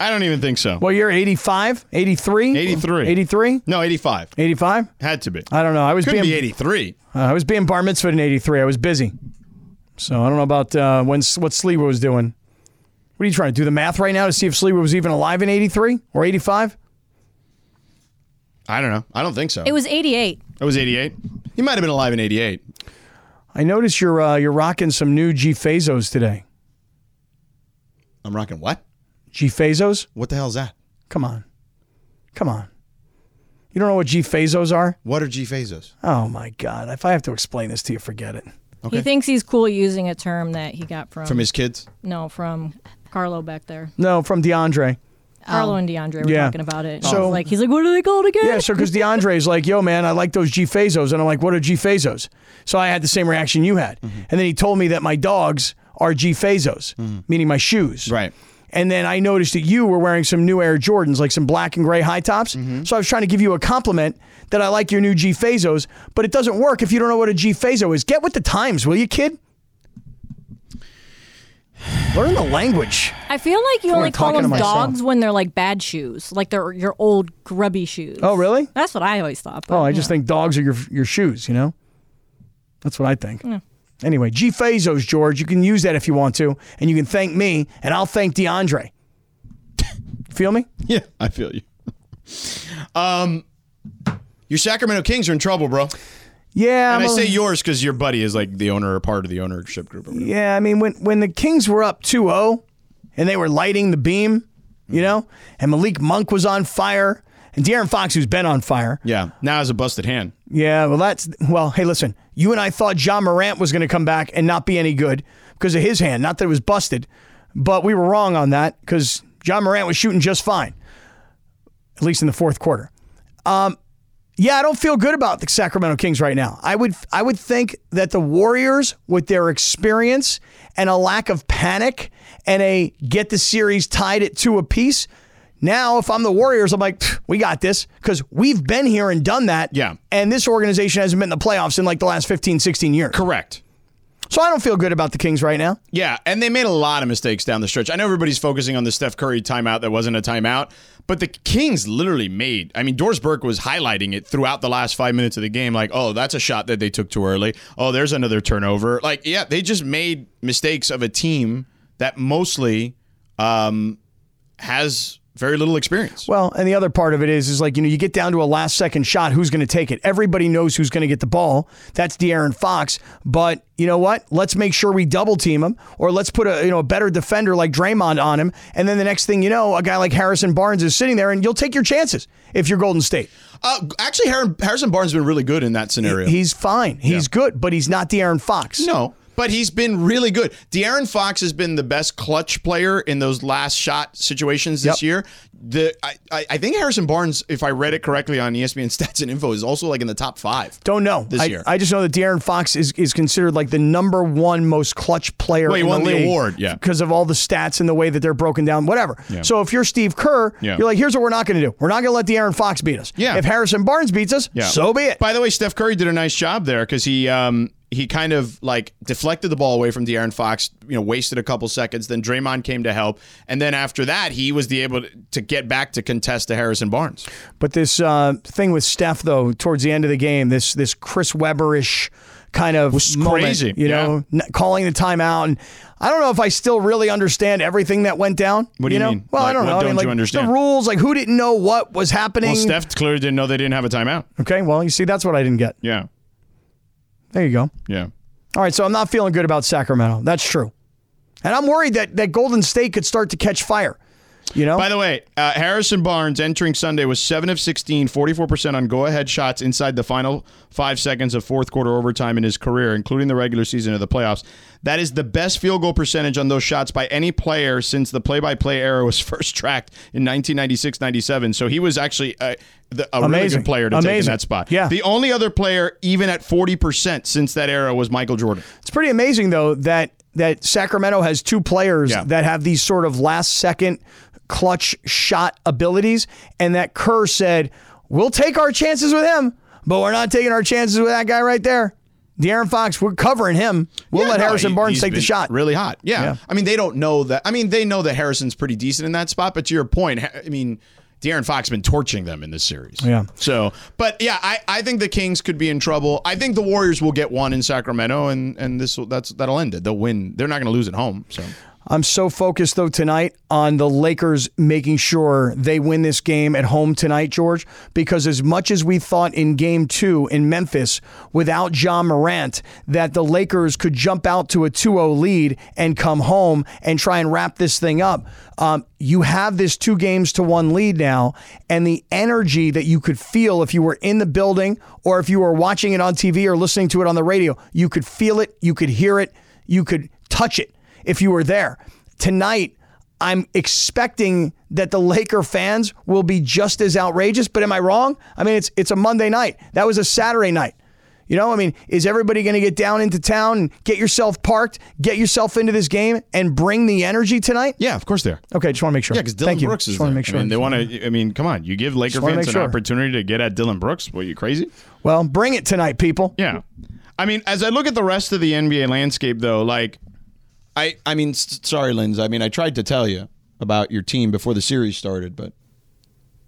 Speaker 2: I don't even think so.
Speaker 5: Well, you're 85, 83?
Speaker 2: 83.
Speaker 5: 83?
Speaker 2: No, 85.
Speaker 5: 85?
Speaker 2: Had to be.
Speaker 5: I don't know. I was
Speaker 2: Couldn't
Speaker 5: being
Speaker 2: be 83.
Speaker 5: Uh, I was being bar mitzvahed in '83. I was busy, so I don't know about uh, when what Sliwa was doing. What are you trying to do the math right now to see if Sliwa was even alive in '83 or '85?
Speaker 2: I don't know. I don't think so.
Speaker 7: It was 88.
Speaker 2: It was 88. He might have been alive in 88.
Speaker 5: I notice you're uh, you're rocking some new G Fazos today.
Speaker 2: I'm rocking what?
Speaker 5: G Fazos?
Speaker 2: What the hell is that?
Speaker 5: Come on, come on. You don't know what G Fazos are?
Speaker 2: What are G Fazos?
Speaker 5: Oh my God! If I have to explain this to you, forget it.
Speaker 7: He thinks he's cool using a term that he got from
Speaker 2: From his kids?
Speaker 7: no from Carlo back there.
Speaker 5: No, from DeAndre.
Speaker 7: Carlo and DeAndre were
Speaker 5: Yeah.
Speaker 7: talking about it.
Speaker 5: So-
Speaker 7: So like he's like, what are they called again?
Speaker 5: Yeah, so because DeAndre's like, yo, man, I like those G Fazos. And I'm like, what are G Fazos? So I had the same reaction you had. And then he told me that my dogs are G Fazos, meaning my shoes.
Speaker 2: Right.
Speaker 5: And then I noticed that you were wearing some new Air Jordans, like some black and gray high tops. So I was trying to give you a compliment that I like your new G Fazos, but it doesn't work if you don't know what a G Fazo is. Get with the times, will you, kid? (sighs) Learn the language.
Speaker 7: I feel like you
Speaker 5: Feel
Speaker 7: only
Speaker 5: like
Speaker 7: call
Speaker 5: talking to
Speaker 7: them
Speaker 5: myself.
Speaker 7: dogs when they're like bad shoes, like they're your old grubby shoes.
Speaker 5: Oh, really?
Speaker 7: That's what I always thought. but,
Speaker 5: Oh, I
Speaker 7: you
Speaker 5: just
Speaker 7: know.
Speaker 5: think dogs are your your shoes. You know, that's what I think. Anyway, G Fazos, George, you can use that if you want to, and you can thank me, and I'll thank DeAndre. (laughs) Feel me?
Speaker 2: Yeah, I feel you. Um, Your Sacramento Kings are in trouble, bro.
Speaker 5: Yeah,
Speaker 2: and
Speaker 5: I'm
Speaker 2: I
Speaker 5: a-
Speaker 2: say yours because your buddy is like the owner or part of the ownership group. Or whatever.
Speaker 5: Yeah, I mean, when when the Kings were up 2-0 and they were lighting the beam, you know, and Malik Monk was on fire and De'Aaron Fox, who's been on fire.
Speaker 2: Yeah, now has a busted hand.
Speaker 5: Yeah, well, that's well. Hey, listen, you and I thought John Morant was going to come back and not be any good because of his hand. Not that it was busted, but we were wrong on that because John Morant was shooting just fine, at least in the fourth quarter. Um, yeah, I don't feel good about the Sacramento Kings right now. I would I would think that the Warriors, with their experience and a lack of panic and a get the series tied at two apiece. Now, if I'm the Warriors, I'm like, "Pfft, we got this because we've been here and done that. Yeah. And this organization hasn't been in the playoffs in like the last 15, 16 years.
Speaker 2: Correct.
Speaker 5: So I don't feel good about the Kings right now.
Speaker 2: Yeah, and they made a lot of mistakes down the stretch. I know everybody's focusing on the Steph Curry timeout that wasn't a timeout, but the Kings literally made. I mean, Doris Burke was highlighting it throughout the last five minutes of the game. Like, oh, that's a shot that they took too early. Oh, there's another turnover. Like, yeah, they just made mistakes of a team that mostly um, has very little experience.
Speaker 5: Well, and the other part of it is, is like, you know, you get down to a last second shot, who's going to take it? Everybody knows who's going to get the ball. That's De'Aaron Fox. But you know what? Let's make sure we double team him or let's put a, you know, a better defender like Draymond on him. And then the next thing you know, a guy like Harrison Barnes is sitting there and you'll take your chances if you're Golden State.
Speaker 2: Uh, actually, Har- Harrison Barnes has been really good in that scenario.
Speaker 5: He's fine. He's good, but he's not De'Aaron Fox.
Speaker 2: No, but he's been really good. De'Aaron Fox has been the best clutch player in those last shot situations this year. The I, I I think Harrison Barnes, if I read it correctly on E ESPN (laughs) Stats and Info, is also like in the top five.
Speaker 5: Don't know
Speaker 2: this
Speaker 5: I,
Speaker 2: year.
Speaker 5: I just know that De'Aaron Fox is, is considered like the number one most clutch player.
Speaker 2: Well, he
Speaker 5: in
Speaker 2: won
Speaker 5: the,
Speaker 2: the
Speaker 5: league
Speaker 2: award, yeah.
Speaker 5: because of all the stats and the way that they're broken down, whatever.
Speaker 2: Yeah.
Speaker 5: So if you're Steve Kerr,
Speaker 2: Yeah.
Speaker 5: you're like, here's what we're not going to do: we're not going to let De'Aaron Fox beat us.
Speaker 2: Yeah.
Speaker 5: If Harrison Barnes beats us, so be it.
Speaker 2: By the way, Steph Curry did a nice job there because he um he kind of like deflected the ball away from De'Aaron Fox, you know, wasted a couple seconds. Then Draymond came to help, and then after that, he was the able to, to get back to contest to Harrison Barnes.
Speaker 5: But this uh, thing with Steph, though, towards the end of the game, this this Chris Weberish kind of moment,
Speaker 2: crazy,
Speaker 5: you know, n- calling the timeout, and I don't know if I still really understand everything that went down.
Speaker 2: What do you
Speaker 5: know?
Speaker 2: mean?
Speaker 5: Well, I
Speaker 2: Like,
Speaker 5: don't
Speaker 2: what
Speaker 5: know. I
Speaker 2: don't
Speaker 5: mean,
Speaker 2: you
Speaker 5: like
Speaker 2: understand?
Speaker 5: the rules, like who didn't know what was happening.
Speaker 2: Well, Steph clearly didn't know they didn't have a timeout.
Speaker 5: Okay, well, you see, that's what I didn't get.
Speaker 2: Yeah,
Speaker 5: There you go.
Speaker 2: yeah.
Speaker 5: All right, so I'm not feeling good about Sacramento. That's true. And I'm worried that, that Golden State could start to catch fire. You know?
Speaker 2: By the way, uh, Harrison Barnes entering Sunday was 7 of 16, 44% on go ahead shots inside the final five seconds of fourth quarter overtime in his career, including the regular season of the playoffs. That is the best field goal percentage on those shots by any player since the play by play era was (laughs) first tracked in 1996 97. So he was actually a, the, a really
Speaker 5: Amazing.
Speaker 2: good player to take in
Speaker 5: Amazing.
Speaker 2: that spot.
Speaker 5: Yeah.
Speaker 2: The only other player, even at 40% since that era, was Michael Jordan.
Speaker 5: It's pretty amazing though that that Sacramento has two players that have these sort of last second clutch shot abilities and that Kerr said, "We'll take our chances with him, but we're not taking our chances with that guy right there." De'Aaron Fox, we're covering him. We'll
Speaker 2: Yeah,
Speaker 5: let
Speaker 2: no,
Speaker 5: Harrison
Speaker 2: he-
Speaker 5: Barnes
Speaker 2: he's
Speaker 5: take the
Speaker 2: been
Speaker 5: shot.
Speaker 2: Really hot. Yeah.
Speaker 5: Yeah.
Speaker 2: I mean, they don't know that. I mean, they know that Harrison's pretty decent in that spot, but to your point, Ha- I mean, De'Aaron Fox has been torching them in this series.
Speaker 5: Yeah.
Speaker 2: So, but yeah, I, I think the Kings could be in trouble. I think the Warriors will get one in Sacramento, and and this will, that's that'll end it. They'll win. They're not going to lose at home. So
Speaker 5: I'm so focused though tonight on the Lakers making sure they win this game at home tonight, George, because as much as we thought in game two in Memphis without John Morant that the Lakers could jump out to a 2 0 lead and come home and try and wrap this thing up, um, you have this two games to one lead now, and the energy that you could feel if you were in the building or if you were watching it on TV or listening to it on the radio, you could feel it, you could hear it, you could touch it if you were there. Tonight, I'm expecting that the Laker fans will be just as outrageous, but am I wrong? I mean, it's it's a Monday night. That was a Saturday night. You know, I mean, is everybody going to get down into town and get yourself parked, get yourself into this game, and bring the energy tonight?
Speaker 2: Yeah, of course they are.
Speaker 5: Okay, just want to make sure.
Speaker 2: yeah, because Dylan
Speaker 5: Thank you.
Speaker 2: Brooks is
Speaker 5: Just wanna
Speaker 2: there.
Speaker 5: make sure.
Speaker 2: I mean, they want to. I mean, come on, you give Laker
Speaker 5: Just wanna
Speaker 2: fans
Speaker 5: make
Speaker 2: an
Speaker 5: sure.
Speaker 2: opportunity to get at Dylan Brooks. What, you crazy?
Speaker 5: Well, bring it tonight, people.
Speaker 2: Yeah. I mean, as I look at the rest of the NBA landscape, though, like, I, I mean, s- sorry, Linz. I mean, I tried to tell you about your team before the series started, but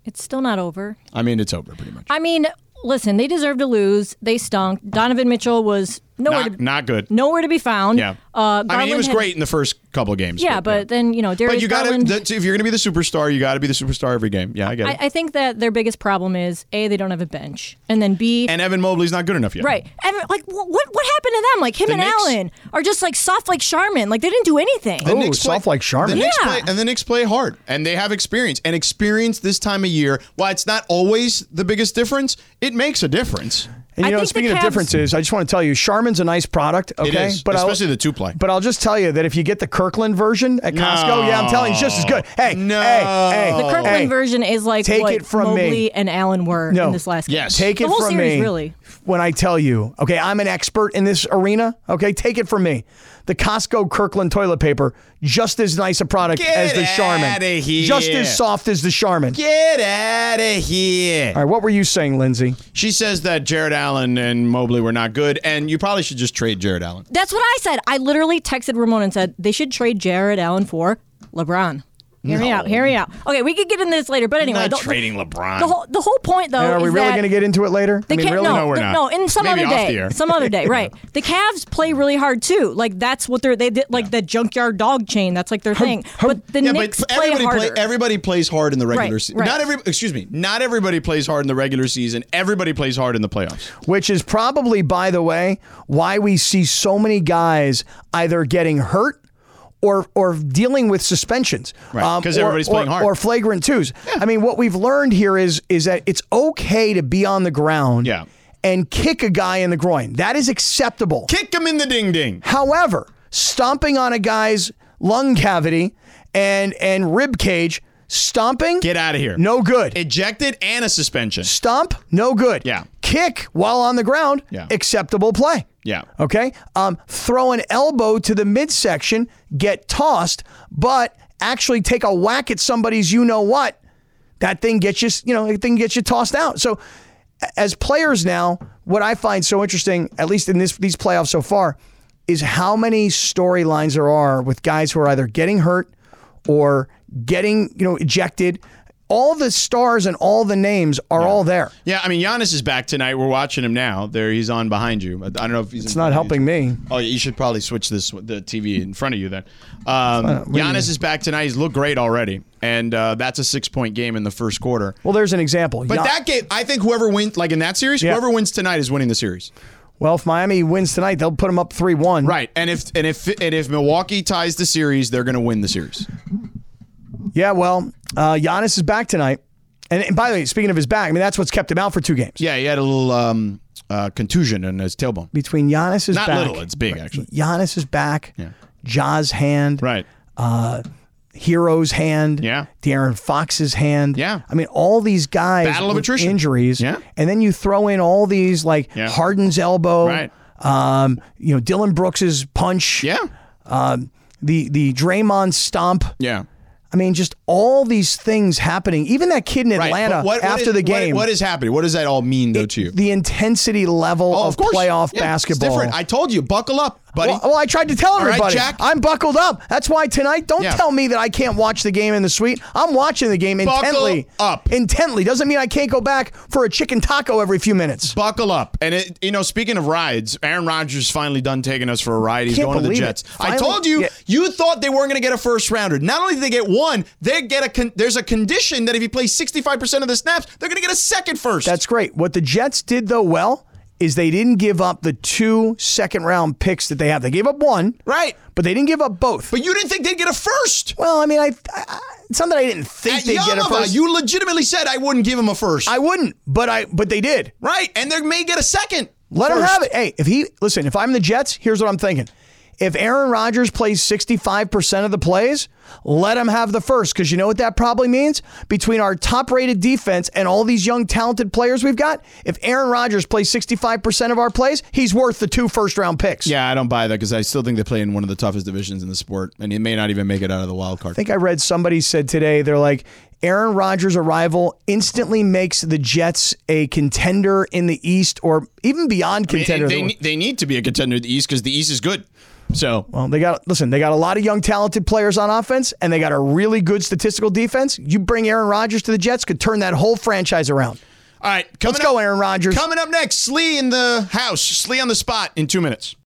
Speaker 7: It's still not over.
Speaker 2: I mean, it's over pretty much.
Speaker 7: I mean, listen, they deserve to lose. They stunk. Donovan Mitchell was Nowhere
Speaker 2: not,
Speaker 7: to-
Speaker 2: not good.
Speaker 7: Nowhere to be found.
Speaker 2: Yeah. I mean,
Speaker 7: Uh,
Speaker 2: he
Speaker 7: Garland
Speaker 2: was
Speaker 7: had-
Speaker 2: great in the first couple of games.
Speaker 7: Yeah, but then you know, Darius
Speaker 2: but you got
Speaker 7: Garland.
Speaker 2: to if you're going to be the superstar, you got to be the superstar every game. Yeah, I get
Speaker 7: I,
Speaker 2: it.
Speaker 7: I think that their biggest problem is a they don't have a bench, and then b
Speaker 2: and Evan Mobley's not good enough yet.
Speaker 7: right. Ever, like wh- what what happened to them? Like him
Speaker 2: The
Speaker 7: and
Speaker 2: Knicks-
Speaker 7: Allen are just like soft like Charmin. Like they didn't do anything.
Speaker 2: The Knicks play, The Knicks
Speaker 7: yeah.
Speaker 2: play, and the Knicks play hard, and they have experience. And experience this time of year, while it's not always the biggest difference, it makes a difference.
Speaker 5: And you know, speaking of differences, I just want to tell you, Charmin's a nice product. Okay,
Speaker 2: is, especially the two play.
Speaker 5: But I'll just tell you that if you get the Kirkland version at Costco, yeah, I'm telling you, it's just as good. Hey,
Speaker 2: No.
Speaker 5: hey, hey,
Speaker 7: The Kirkland
Speaker 5: hey.
Speaker 7: version is like
Speaker 5: Take
Speaker 7: what
Speaker 5: it from me.
Speaker 7: Mobley and Allen were
Speaker 5: No.
Speaker 7: in this last game.
Speaker 5: Take it
Speaker 7: the whole
Speaker 5: from
Speaker 7: series,
Speaker 5: me.
Speaker 7: really.
Speaker 5: When I tell you, okay, I'm an expert in this arena. Okay, take it from me. The Costco Kirkland toilet paper, just as nice a product
Speaker 2: Get
Speaker 5: as the Charmin.
Speaker 2: outta here.
Speaker 5: Just as soft as the Charmin.
Speaker 2: Get out of here.
Speaker 5: All right, what were you saying, Lindsay?
Speaker 2: She says that Jared Allen and Mobley were not good, and you probably should just trade Jared Allen.
Speaker 7: That's what I said. I literally texted Ramon and said they should trade Jared Allen for LeBron. Hear me
Speaker 2: No.
Speaker 7: out. Hear me out. Okay, we could get into this later, but anyway,
Speaker 2: not
Speaker 7: the,
Speaker 2: trading LeBron.
Speaker 7: the whole the whole point though.
Speaker 5: And are we
Speaker 7: is
Speaker 5: really
Speaker 7: that
Speaker 5: going to get into it later?
Speaker 7: They can't,
Speaker 5: really?
Speaker 7: No, the- No, in some
Speaker 5: Maybe
Speaker 7: other
Speaker 5: off the
Speaker 7: day.
Speaker 5: air.
Speaker 7: Some other
Speaker 5: (laughs)
Speaker 7: day, right? The Cavs play really hard too. Like that's what they're they did like the junkyard dog chain. That's like their thing. But the
Speaker 2: yeah,
Speaker 7: Knicks
Speaker 2: but
Speaker 7: play
Speaker 2: everybody
Speaker 7: harder.
Speaker 2: everybody plays hard in the regular
Speaker 7: Right,
Speaker 2: season.
Speaker 7: right.
Speaker 2: Not every excuse me, not everybody plays hard in the regular season. Everybody plays hard in the playoffs.
Speaker 5: Which is probably, by the way, why we see so many guys either getting hurt or or dealing with suspensions.
Speaker 2: Right, 'cause
Speaker 5: or-
Speaker 2: everybody's
Speaker 5: or-
Speaker 2: playing hard.
Speaker 5: Or flagrant twos. I mean, what we've learned here is is that it's okay to be on the ground and kick a guy in the groin. That is acceptable.
Speaker 2: Kick him in the ding ding.
Speaker 5: However, stomping on a guy's lung cavity and and rib cage, stomping
Speaker 2: Get out of here.
Speaker 5: No good.
Speaker 2: Ejected and a suspension.
Speaker 5: Stomp, no good.
Speaker 2: Yeah.
Speaker 5: Kick while on the ground,
Speaker 2: Yeah.
Speaker 5: acceptable play.
Speaker 2: Yeah.
Speaker 5: Okay. Um, throw an elbow to the midsection, get tossed, but actually take a whack at somebody's you know what. That thing gets you, you know, that thing gets you tossed out. So a- as players now, what I find so interesting, at least in this these playoffs so far, is how many storylines there are with guys who are either getting hurt or getting, you know, ejected. All the stars and all the names are all there.
Speaker 2: Yeah, I mean Giannis is back tonight. We're watching him now. There he's on behind you. I don't know if he's
Speaker 5: It's not helping me.
Speaker 2: Oh, you should probably switch this the TV in front of you then. Um, Giannis is back tonight. He's looked great already, and uh, that's a six point game in the first quarter.
Speaker 5: Well, there's an example.
Speaker 2: But
Speaker 5: Gian-
Speaker 2: that game, I think whoever wins, like in that series, whoever wins tonight is winning the series.
Speaker 5: Well, if Miami wins tonight, they'll put them up 3 1.
Speaker 2: Right, and if and if and if Milwaukee ties the series, they're going to win the series.
Speaker 5: Yeah, well, uh, Giannis is back tonight. And, and by the way, speaking of his back, I mean, that's what's kept him out for two games.
Speaker 2: Yeah, he had a little um, uh, contusion in his tailbone.
Speaker 5: Between Giannis's
Speaker 2: Not
Speaker 5: back.
Speaker 2: little; it's big actually.
Speaker 5: Giannis is back. Ja's hand.
Speaker 2: Right.
Speaker 5: Uh, Hero's hand. Yeah. De'Aaron Fox's hand. Yeah. I mean, all these guys.
Speaker 2: Battle of
Speaker 5: with
Speaker 2: attrition.
Speaker 5: Injuries.
Speaker 2: Yeah.
Speaker 5: And then you throw in all these, like
Speaker 2: Yeah.
Speaker 5: Harden's elbow.
Speaker 2: Right.
Speaker 5: Um, you know, Dylan Brooks's punch.
Speaker 2: Yeah.
Speaker 5: Um, the, the Draymond stomp.
Speaker 2: Yeah.
Speaker 5: I mean, just all these things happening. Even that kid in
Speaker 2: Right, but
Speaker 5: Atlanta
Speaker 2: what- what
Speaker 5: after
Speaker 2: is-
Speaker 5: the
Speaker 2: what-
Speaker 5: game.
Speaker 2: what is happening? What does that all mean though to you?
Speaker 5: the intensity level
Speaker 2: Oh,
Speaker 5: of,
Speaker 2: of course.
Speaker 5: playoff
Speaker 2: Yeah, it's
Speaker 5: basketball?
Speaker 2: different. I told you, buckle up, buddy.
Speaker 5: Well, well, I tried to
Speaker 2: All
Speaker 5: tell
Speaker 2: right,
Speaker 5: everybody.
Speaker 2: Jack.
Speaker 5: I'm buckled up. That's why tonight, don't
Speaker 2: Yeah.
Speaker 5: tell me that I can't watch the game in the suite. I'm watching the game
Speaker 2: Buckle
Speaker 5: intently.
Speaker 2: up.
Speaker 5: Intently doesn't mean I can't go back for a chicken taco every few minutes.
Speaker 2: Buckle up. And it, you know, speaking of rides, Aaron Rodgers is finally done taking us for a ride. He's
Speaker 5: Can't
Speaker 2: going to the
Speaker 5: believe it.
Speaker 2: Jets. I
Speaker 5: Finally-
Speaker 2: told you,
Speaker 5: yeah.
Speaker 2: you thought they weren't going to get a first rounder. Not only did they get one, they get a con- there's a condition that if he plays 65% of the snaps, they're going to get a second first.
Speaker 5: That's great. What the Jets did though well is they didn't give up the two second round picks that they have. They gave up one,
Speaker 2: right?
Speaker 5: But they didn't give up both.
Speaker 2: But you didn't think they'd get a first.
Speaker 5: Well, I mean, I, I I- it's not that I didn't think
Speaker 2: At
Speaker 5: they'd get a
Speaker 2: Yamava,
Speaker 5: first.
Speaker 2: you legitimately said I wouldn't give him a first.
Speaker 5: I wouldn't, but I but they did.
Speaker 2: Right, and they may get a second.
Speaker 5: Let him
Speaker 2: first.
Speaker 5: have it. Hey, if he listen, if I'm the Jets, here's what I'm thinking. If Aaron Rodgers plays 65% of the plays, let him have the first cuz you know what that probably means? Between our top-rated defense and all these young talented players we've got, if Aaron Rodgers plays 65% of our plays, he's worth the two first-round picks.
Speaker 2: Yeah, I don't buy that because I still think they play in one of the toughest divisions in the sport, and he may not even make it out of the wild card.
Speaker 5: I think I read somebody said today they're like Aaron Rodgers' arrival instantly makes the Jets a contender in the East or even beyond
Speaker 2: I mean,
Speaker 5: contender.
Speaker 2: They, they, they need to be a contender in the East because the East is good. So
Speaker 5: Well, they got listen. They got a lot of young, talented players on offense, and they got a really good statistical defense. You bring Aaron Rodgers to the Jets, could turn that whole franchise around. All right, coming
Speaker 15: let's go, Aaron Rodgers.
Speaker 5: Coming up next, Slee in the house. Slee on the spot in two minutes.